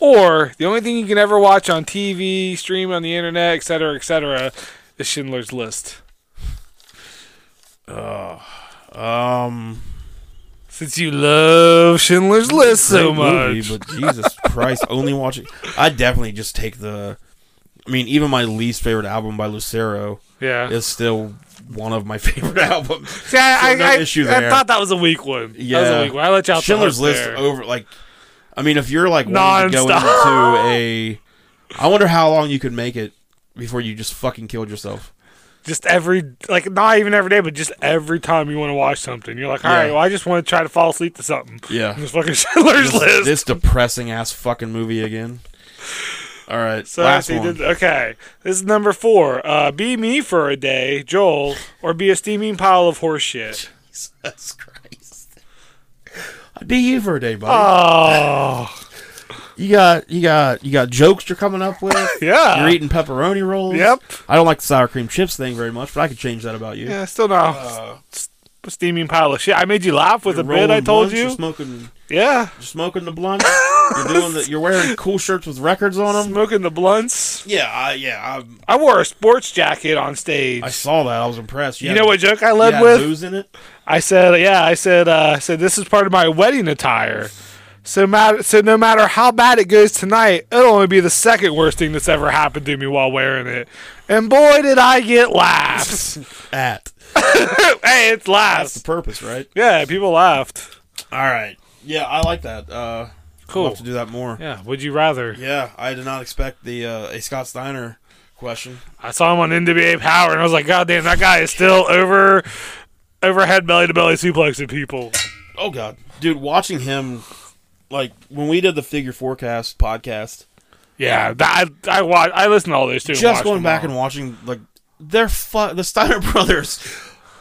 S1: Or the only thing you can ever watch on TV, stream on the internet, et cetera, et cetera, is Schindler's List.
S2: Um.
S1: Since you love Schindler's List so
S2: great movie,
S1: much.
S2: but Jesus Christ, only watching. I definitely just take the. I mean, even my least favorite album by Lucero
S1: yeah.
S2: is still one of my favorite albums.
S1: See, I,
S2: so
S1: I,
S2: no
S1: I,
S2: issue
S1: I
S2: there.
S1: thought that was a weak one. Yeah. That was
S2: Yeah.
S1: a weak one. I let you out
S2: Schindler's
S1: the horse
S2: List oh.
S1: there.
S2: over like. I mean, if you're like wanting to go
S1: Nonstop.
S2: into a, I wonder how long you could make it before you just fucking killed yourself.
S1: Just every, like, not even every day, but just every time you want to watch something, you're like, all
S2: Yeah.
S1: right, well, I just want to try to fall asleep to something.
S2: Yeah.
S1: This fucking Schindler's List.
S2: This depressing ass fucking movie again. All right,
S1: so
S2: last
S1: he
S2: one.
S1: did- okay. This is number four. Uh, be me for a day, Joel, or be a steaming pile of horse shit.
S2: Jesus Christ. I'd be you for a day, buddy.
S1: Oh.
S2: You got you got you got jokes you're coming up with.
S1: Yeah.
S2: You're eating pepperoni rolls.
S1: Yep.
S2: I don't like the sour cream chips thing very much, but I could change that about you.
S1: Yeah, still not
S2: Uh,
S1: a steaming pile of shit. I made you laugh with
S2: you're
S1: a bit I
S2: rolling
S1: told
S2: blunts, You're
S1: you.
S2: smoking,
S1: Yeah.
S2: you're smoking the blunt. you're doing the, You're wearing cool shirts with records on them.
S1: Smoking the blunts.
S2: Yeah, I, yeah. I,
S1: I wore a sports jacket on stage.
S2: I saw that. I was impressed.
S1: you know what joke I led
S2: Led
S1: with?
S2: booze in it.
S1: I said, yeah, I said, uh, I said this is part of my wedding attire. So, mat- so no matter how bad it goes tonight, it'll only be the second worst thing that's ever happened to me while wearing it. And boy, did I get laughs.
S2: At
S1: hey, it's
S2: that's the
S1: laughs.
S2: purpose, right?
S1: Yeah, people laughed.
S2: All right. Yeah, I like that. Uh, I'll
S1: Cool.
S2: have to do that more.
S1: Yeah, would you rather?
S2: Yeah, I did not expect the uh, a Scott Steiner question.
S1: I saw him on NWA Power, and I was like, God damn, that guy is still over, overhead belly to belly suplexing people.
S2: Oh God, dude, watching him, like when we did the figure forecast podcast,
S1: Yeah, that, I I watch, I listen to all those too. and
S2: just
S1: watch
S2: going
S1: them
S2: back
S1: all.
S2: and watching, like they're fu- the Steiner brothers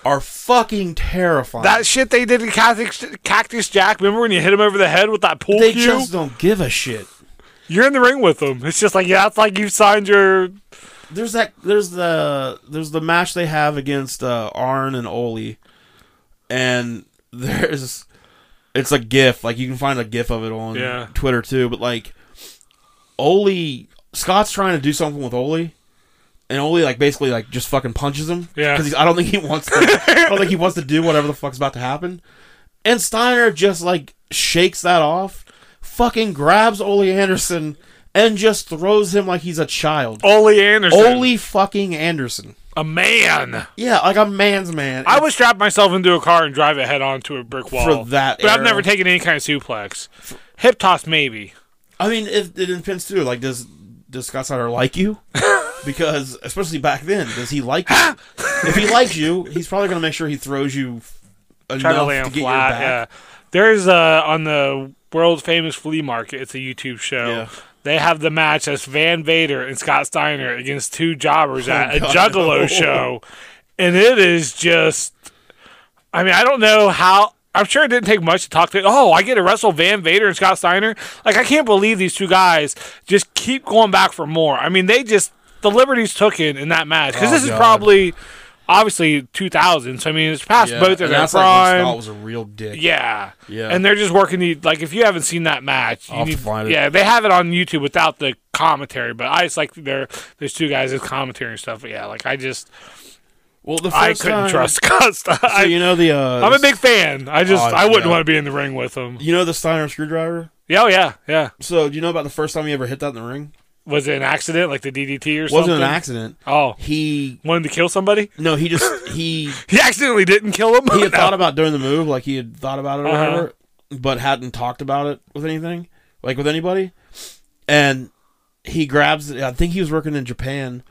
S2: are fucking terrifying.
S1: That shit they did in Cactus, Cactus Jack. Remember when you hit him over the head with that pool
S2: they
S1: cue?
S2: just don't give a shit.
S1: You're in the ring with them. It's just like yeah, it's like you signed your.
S2: There's that. There's the. There's the match they have against uh, Arn and Oli, and there's. It's a GIF. Like you can find a GIF of it on
S1: Yeah.
S2: Twitter too. But like, Oli Scott's trying to do something with Oli, and Oli like basically like just fucking punches him.
S1: Yeah.
S2: Because I don't think he wants. To, I don't think he wants to do whatever the fuck's about to happen. And Steiner just like shakes that off, fucking grabs Ole Anderson and just throws him like he's a child.
S1: Ole Anderson,
S2: Ole fucking Anderson.
S1: a man.
S2: Yeah, like a man's man.
S1: I would strap myself into a car and drive it head on to a brick wall
S2: for that.
S1: But I've
S2: era.
S1: never taken any kind of suplex. Hip toss, maybe.
S2: I mean, if it depends too. Like, does does Scott Snyder like you? Because especially back then, does he like you? if he likes you, he's probably going to make sure he throws you f-
S1: Try to
S2: enough
S1: lay him
S2: to, get your
S1: flat.
S2: back.
S1: Yeah. There's uh, on the world famous flea market. It's a YouTube show.
S2: Yeah.
S1: They have the match as Van Vader and Scott Steiner against two jobbers at a
S2: God,
S1: Juggalo
S2: no.
S1: show, and it is just. I mean, I don't know how. I'm sure it didn't take much to talk to. Oh, I get to wrestle Van Vader and Scott Steiner. Like I can't believe these two guys just keep going back for more. I mean, they just the liberties took in in that match because
S2: Oh,
S1: this is
S2: God.
S1: probably obviously 2000. So I mean, it's past
S2: Yeah,
S1: both of
S2: and
S1: their
S2: that's like when
S1: prime.
S2: Scott was a real dick.
S1: Yeah.
S2: Yeah.
S1: And they're just working the like if you haven't seen that match, you
S2: I'll
S1: need
S2: find it.
S1: Yeah, they have it on YouTube without the commentary, but I just like there there's two guys with commentary and stuff. But yeah, like I just
S2: Well, the first
S1: I couldn't
S2: time-
S1: trust Scott. Stein-
S2: So
S1: I,
S2: you know the uh,
S1: I'm a big fan. I just
S2: Oh,
S1: I wouldn't
S2: yeah.
S1: want to be in the ring with him.
S2: you know the Steiner screwdriver.
S1: Yeah, oh, yeah, yeah.
S2: So do you know about the first time he ever hit that in the ring?
S1: Was it an accident like the DDT or something?
S2: Wasn't an accident.
S1: Oh,
S2: He
S1: wanted to kill somebody?
S2: no, he just he
S1: He accidentally didn't kill him.
S2: he had
S1: No.
S2: thought about doing the move, like he had thought about it or
S1: Uh-huh.
S2: whatever, but hadn't talked about it with anything, like with anybody. And he grabs. I think he was working in Japan,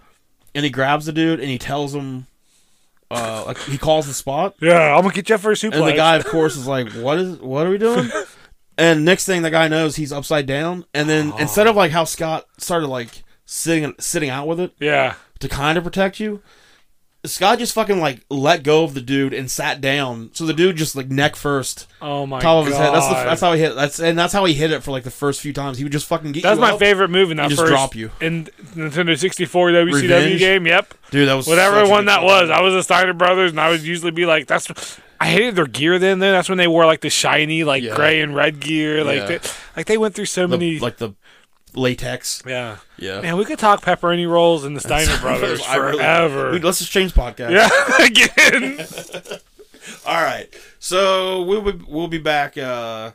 S2: and he grabs the dude and he tells him, uh, like he calls the spot,
S1: yeah, I'm gonna get you for a suplex.
S2: and the guy, of course, is like, "What is? What are we doing?" And next thing the guy knows, he's upside down. And then instead of like how Scott started like sitting sitting out with it
S1: yeah,
S2: to kind of protect you. Scott just fucking like let go of the dude and sat down. So the dude just like neck first,
S1: oh my
S2: top
S1: god,
S2: of his head. That's the, that's how he hit. That's and that's how he hit it for like the first few times. He would just fucking get.
S1: That's
S2: you
S1: my
S2: up.
S1: favorite move in that
S2: just
S1: first
S2: drop you.
S1: in Nintendo 64 WCW
S2: Revenge?
S1: game. Yep,
S2: dude. That was
S1: whatever
S2: such a
S1: one
S2: good
S1: that
S2: shot.
S1: was. I was a Steiner Brothers, and I would usually be like, "That's." I hated their gear then. Though that's when they wore like the shiny, like
S2: Yeah.
S1: gray and red gear. Like,
S2: Yeah.
S1: they, like they went through so
S2: The-
S1: many.
S2: like the latex.
S1: yeah,
S2: Yeah,
S1: man, we could talk pepperoni rolls and the Steiner Brothers
S2: I really-
S1: forever.
S2: Dude, let's just change podcast.
S1: yeah, again.
S2: All right. So we'll be, we'll be back uh,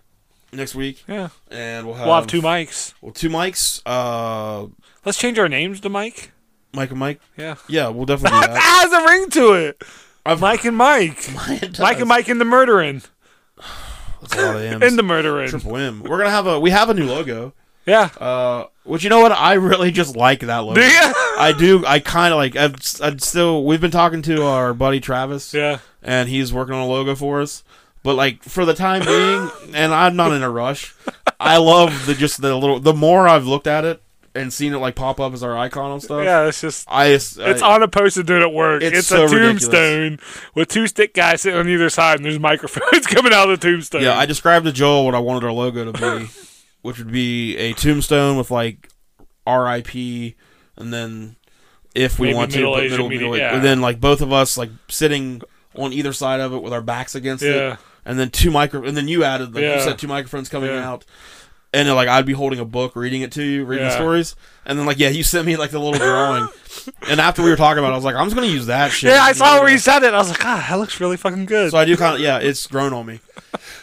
S2: next week,
S1: Yeah,
S2: and we'll have,
S1: we'll have two mics.
S2: well, two mics. Uh,
S1: Let's change our names to Mike.
S2: Mike and Mike.
S1: Yeah,
S2: Yeah, we'll definitely do
S1: that
S2: that.
S1: has a ring to it.
S2: I've-
S1: Mike and Mike, Mike and Mike and the murdering,
S2: That's a lot of M's.
S1: and the murdering.
S2: Triple M. We're gonna have a we have a new logo.
S1: Yeah,
S2: Uh, which you know what? I really just like that logo.
S1: do ya?
S2: I do. I kind of like. I've, I'd still. We've been talking to our buddy Travis,
S1: Yeah,
S2: and he's working on a logo for us. But like for the time being, and I'm not in a rush. I love the just the little. The more I've looked at it and seen it like pop up as our icon and stuff.
S1: yeah. It's just
S2: I. It's
S1: It's on a poster dude at work. It's,
S2: It's
S1: a
S2: so
S1: tombstone with two stick guys sitting on either side, and there's microphones coming out of the tombstone.
S2: Yeah, I described to Joel what I wanted our logo to be, which would be a tombstone with like R.I.P. and then if we
S1: Maybe
S2: want to,
S1: Middle
S2: put
S1: Asian media- yeah.
S2: and then like both of us like sitting on either side of it with our backs against
S1: Yeah.
S2: it, and then two micro, and then you added like
S1: Yeah.
S2: you said two microphones coming
S1: Yeah.
S2: out. And then, like I'd be holding a book, reading it to you, reading
S1: Yeah.
S2: stories, and then like yeah, you sent me like the little drawing, and after we were talking about, it, I was like, I'm just gonna use that shit.
S1: yeah, I
S2: You
S1: saw
S2: know?
S1: where you said it. I was like, ah, that looks really fucking good.
S2: So I do kind of, yeah, it's grown on me.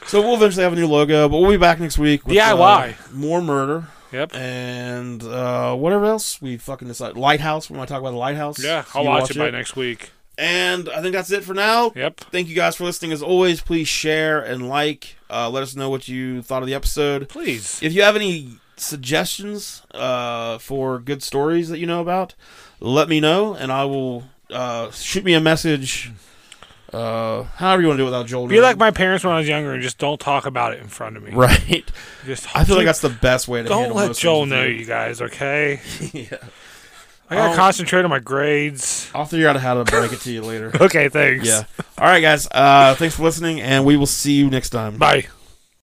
S2: So we'll eventually have a new logo, but we'll be back next week. With,
S1: DIY.
S2: uh, more murder
S1: yep.
S2: and uh, whatever else we fucking decide. Lighthouse. We want to talk about the lighthouse.
S1: Yeah,
S2: So
S1: I'll
S2: you
S1: watch, it by next week.
S2: And I think that's it for now.
S1: Yep.
S2: Thank you guys for listening. As always, please share and like. Uh, let us know what you thought of the episode.
S1: Please.
S2: If you have any suggestions uh, for good stories that you know about, let me know, and I will uh, shoot me a message. Uh, however you want to do it without Joel.
S1: Be
S2: knowing.
S1: like my parents when I was younger and just don't talk about it in front of me.
S2: Right.
S1: Just
S2: I feel like that's the best way to
S1: don't
S2: handle
S1: let
S2: most
S1: Joel
S2: things
S1: know
S2: with
S1: you guys, okay?
S2: yeah.
S1: I gotta
S2: Um,
S1: concentrate on my grades.
S2: I'll figure out how to break it to you later.
S1: Okay, thanks.
S2: yeah. All right, guys. Uh, thanks for listening, and we will see you next time.
S1: Bye.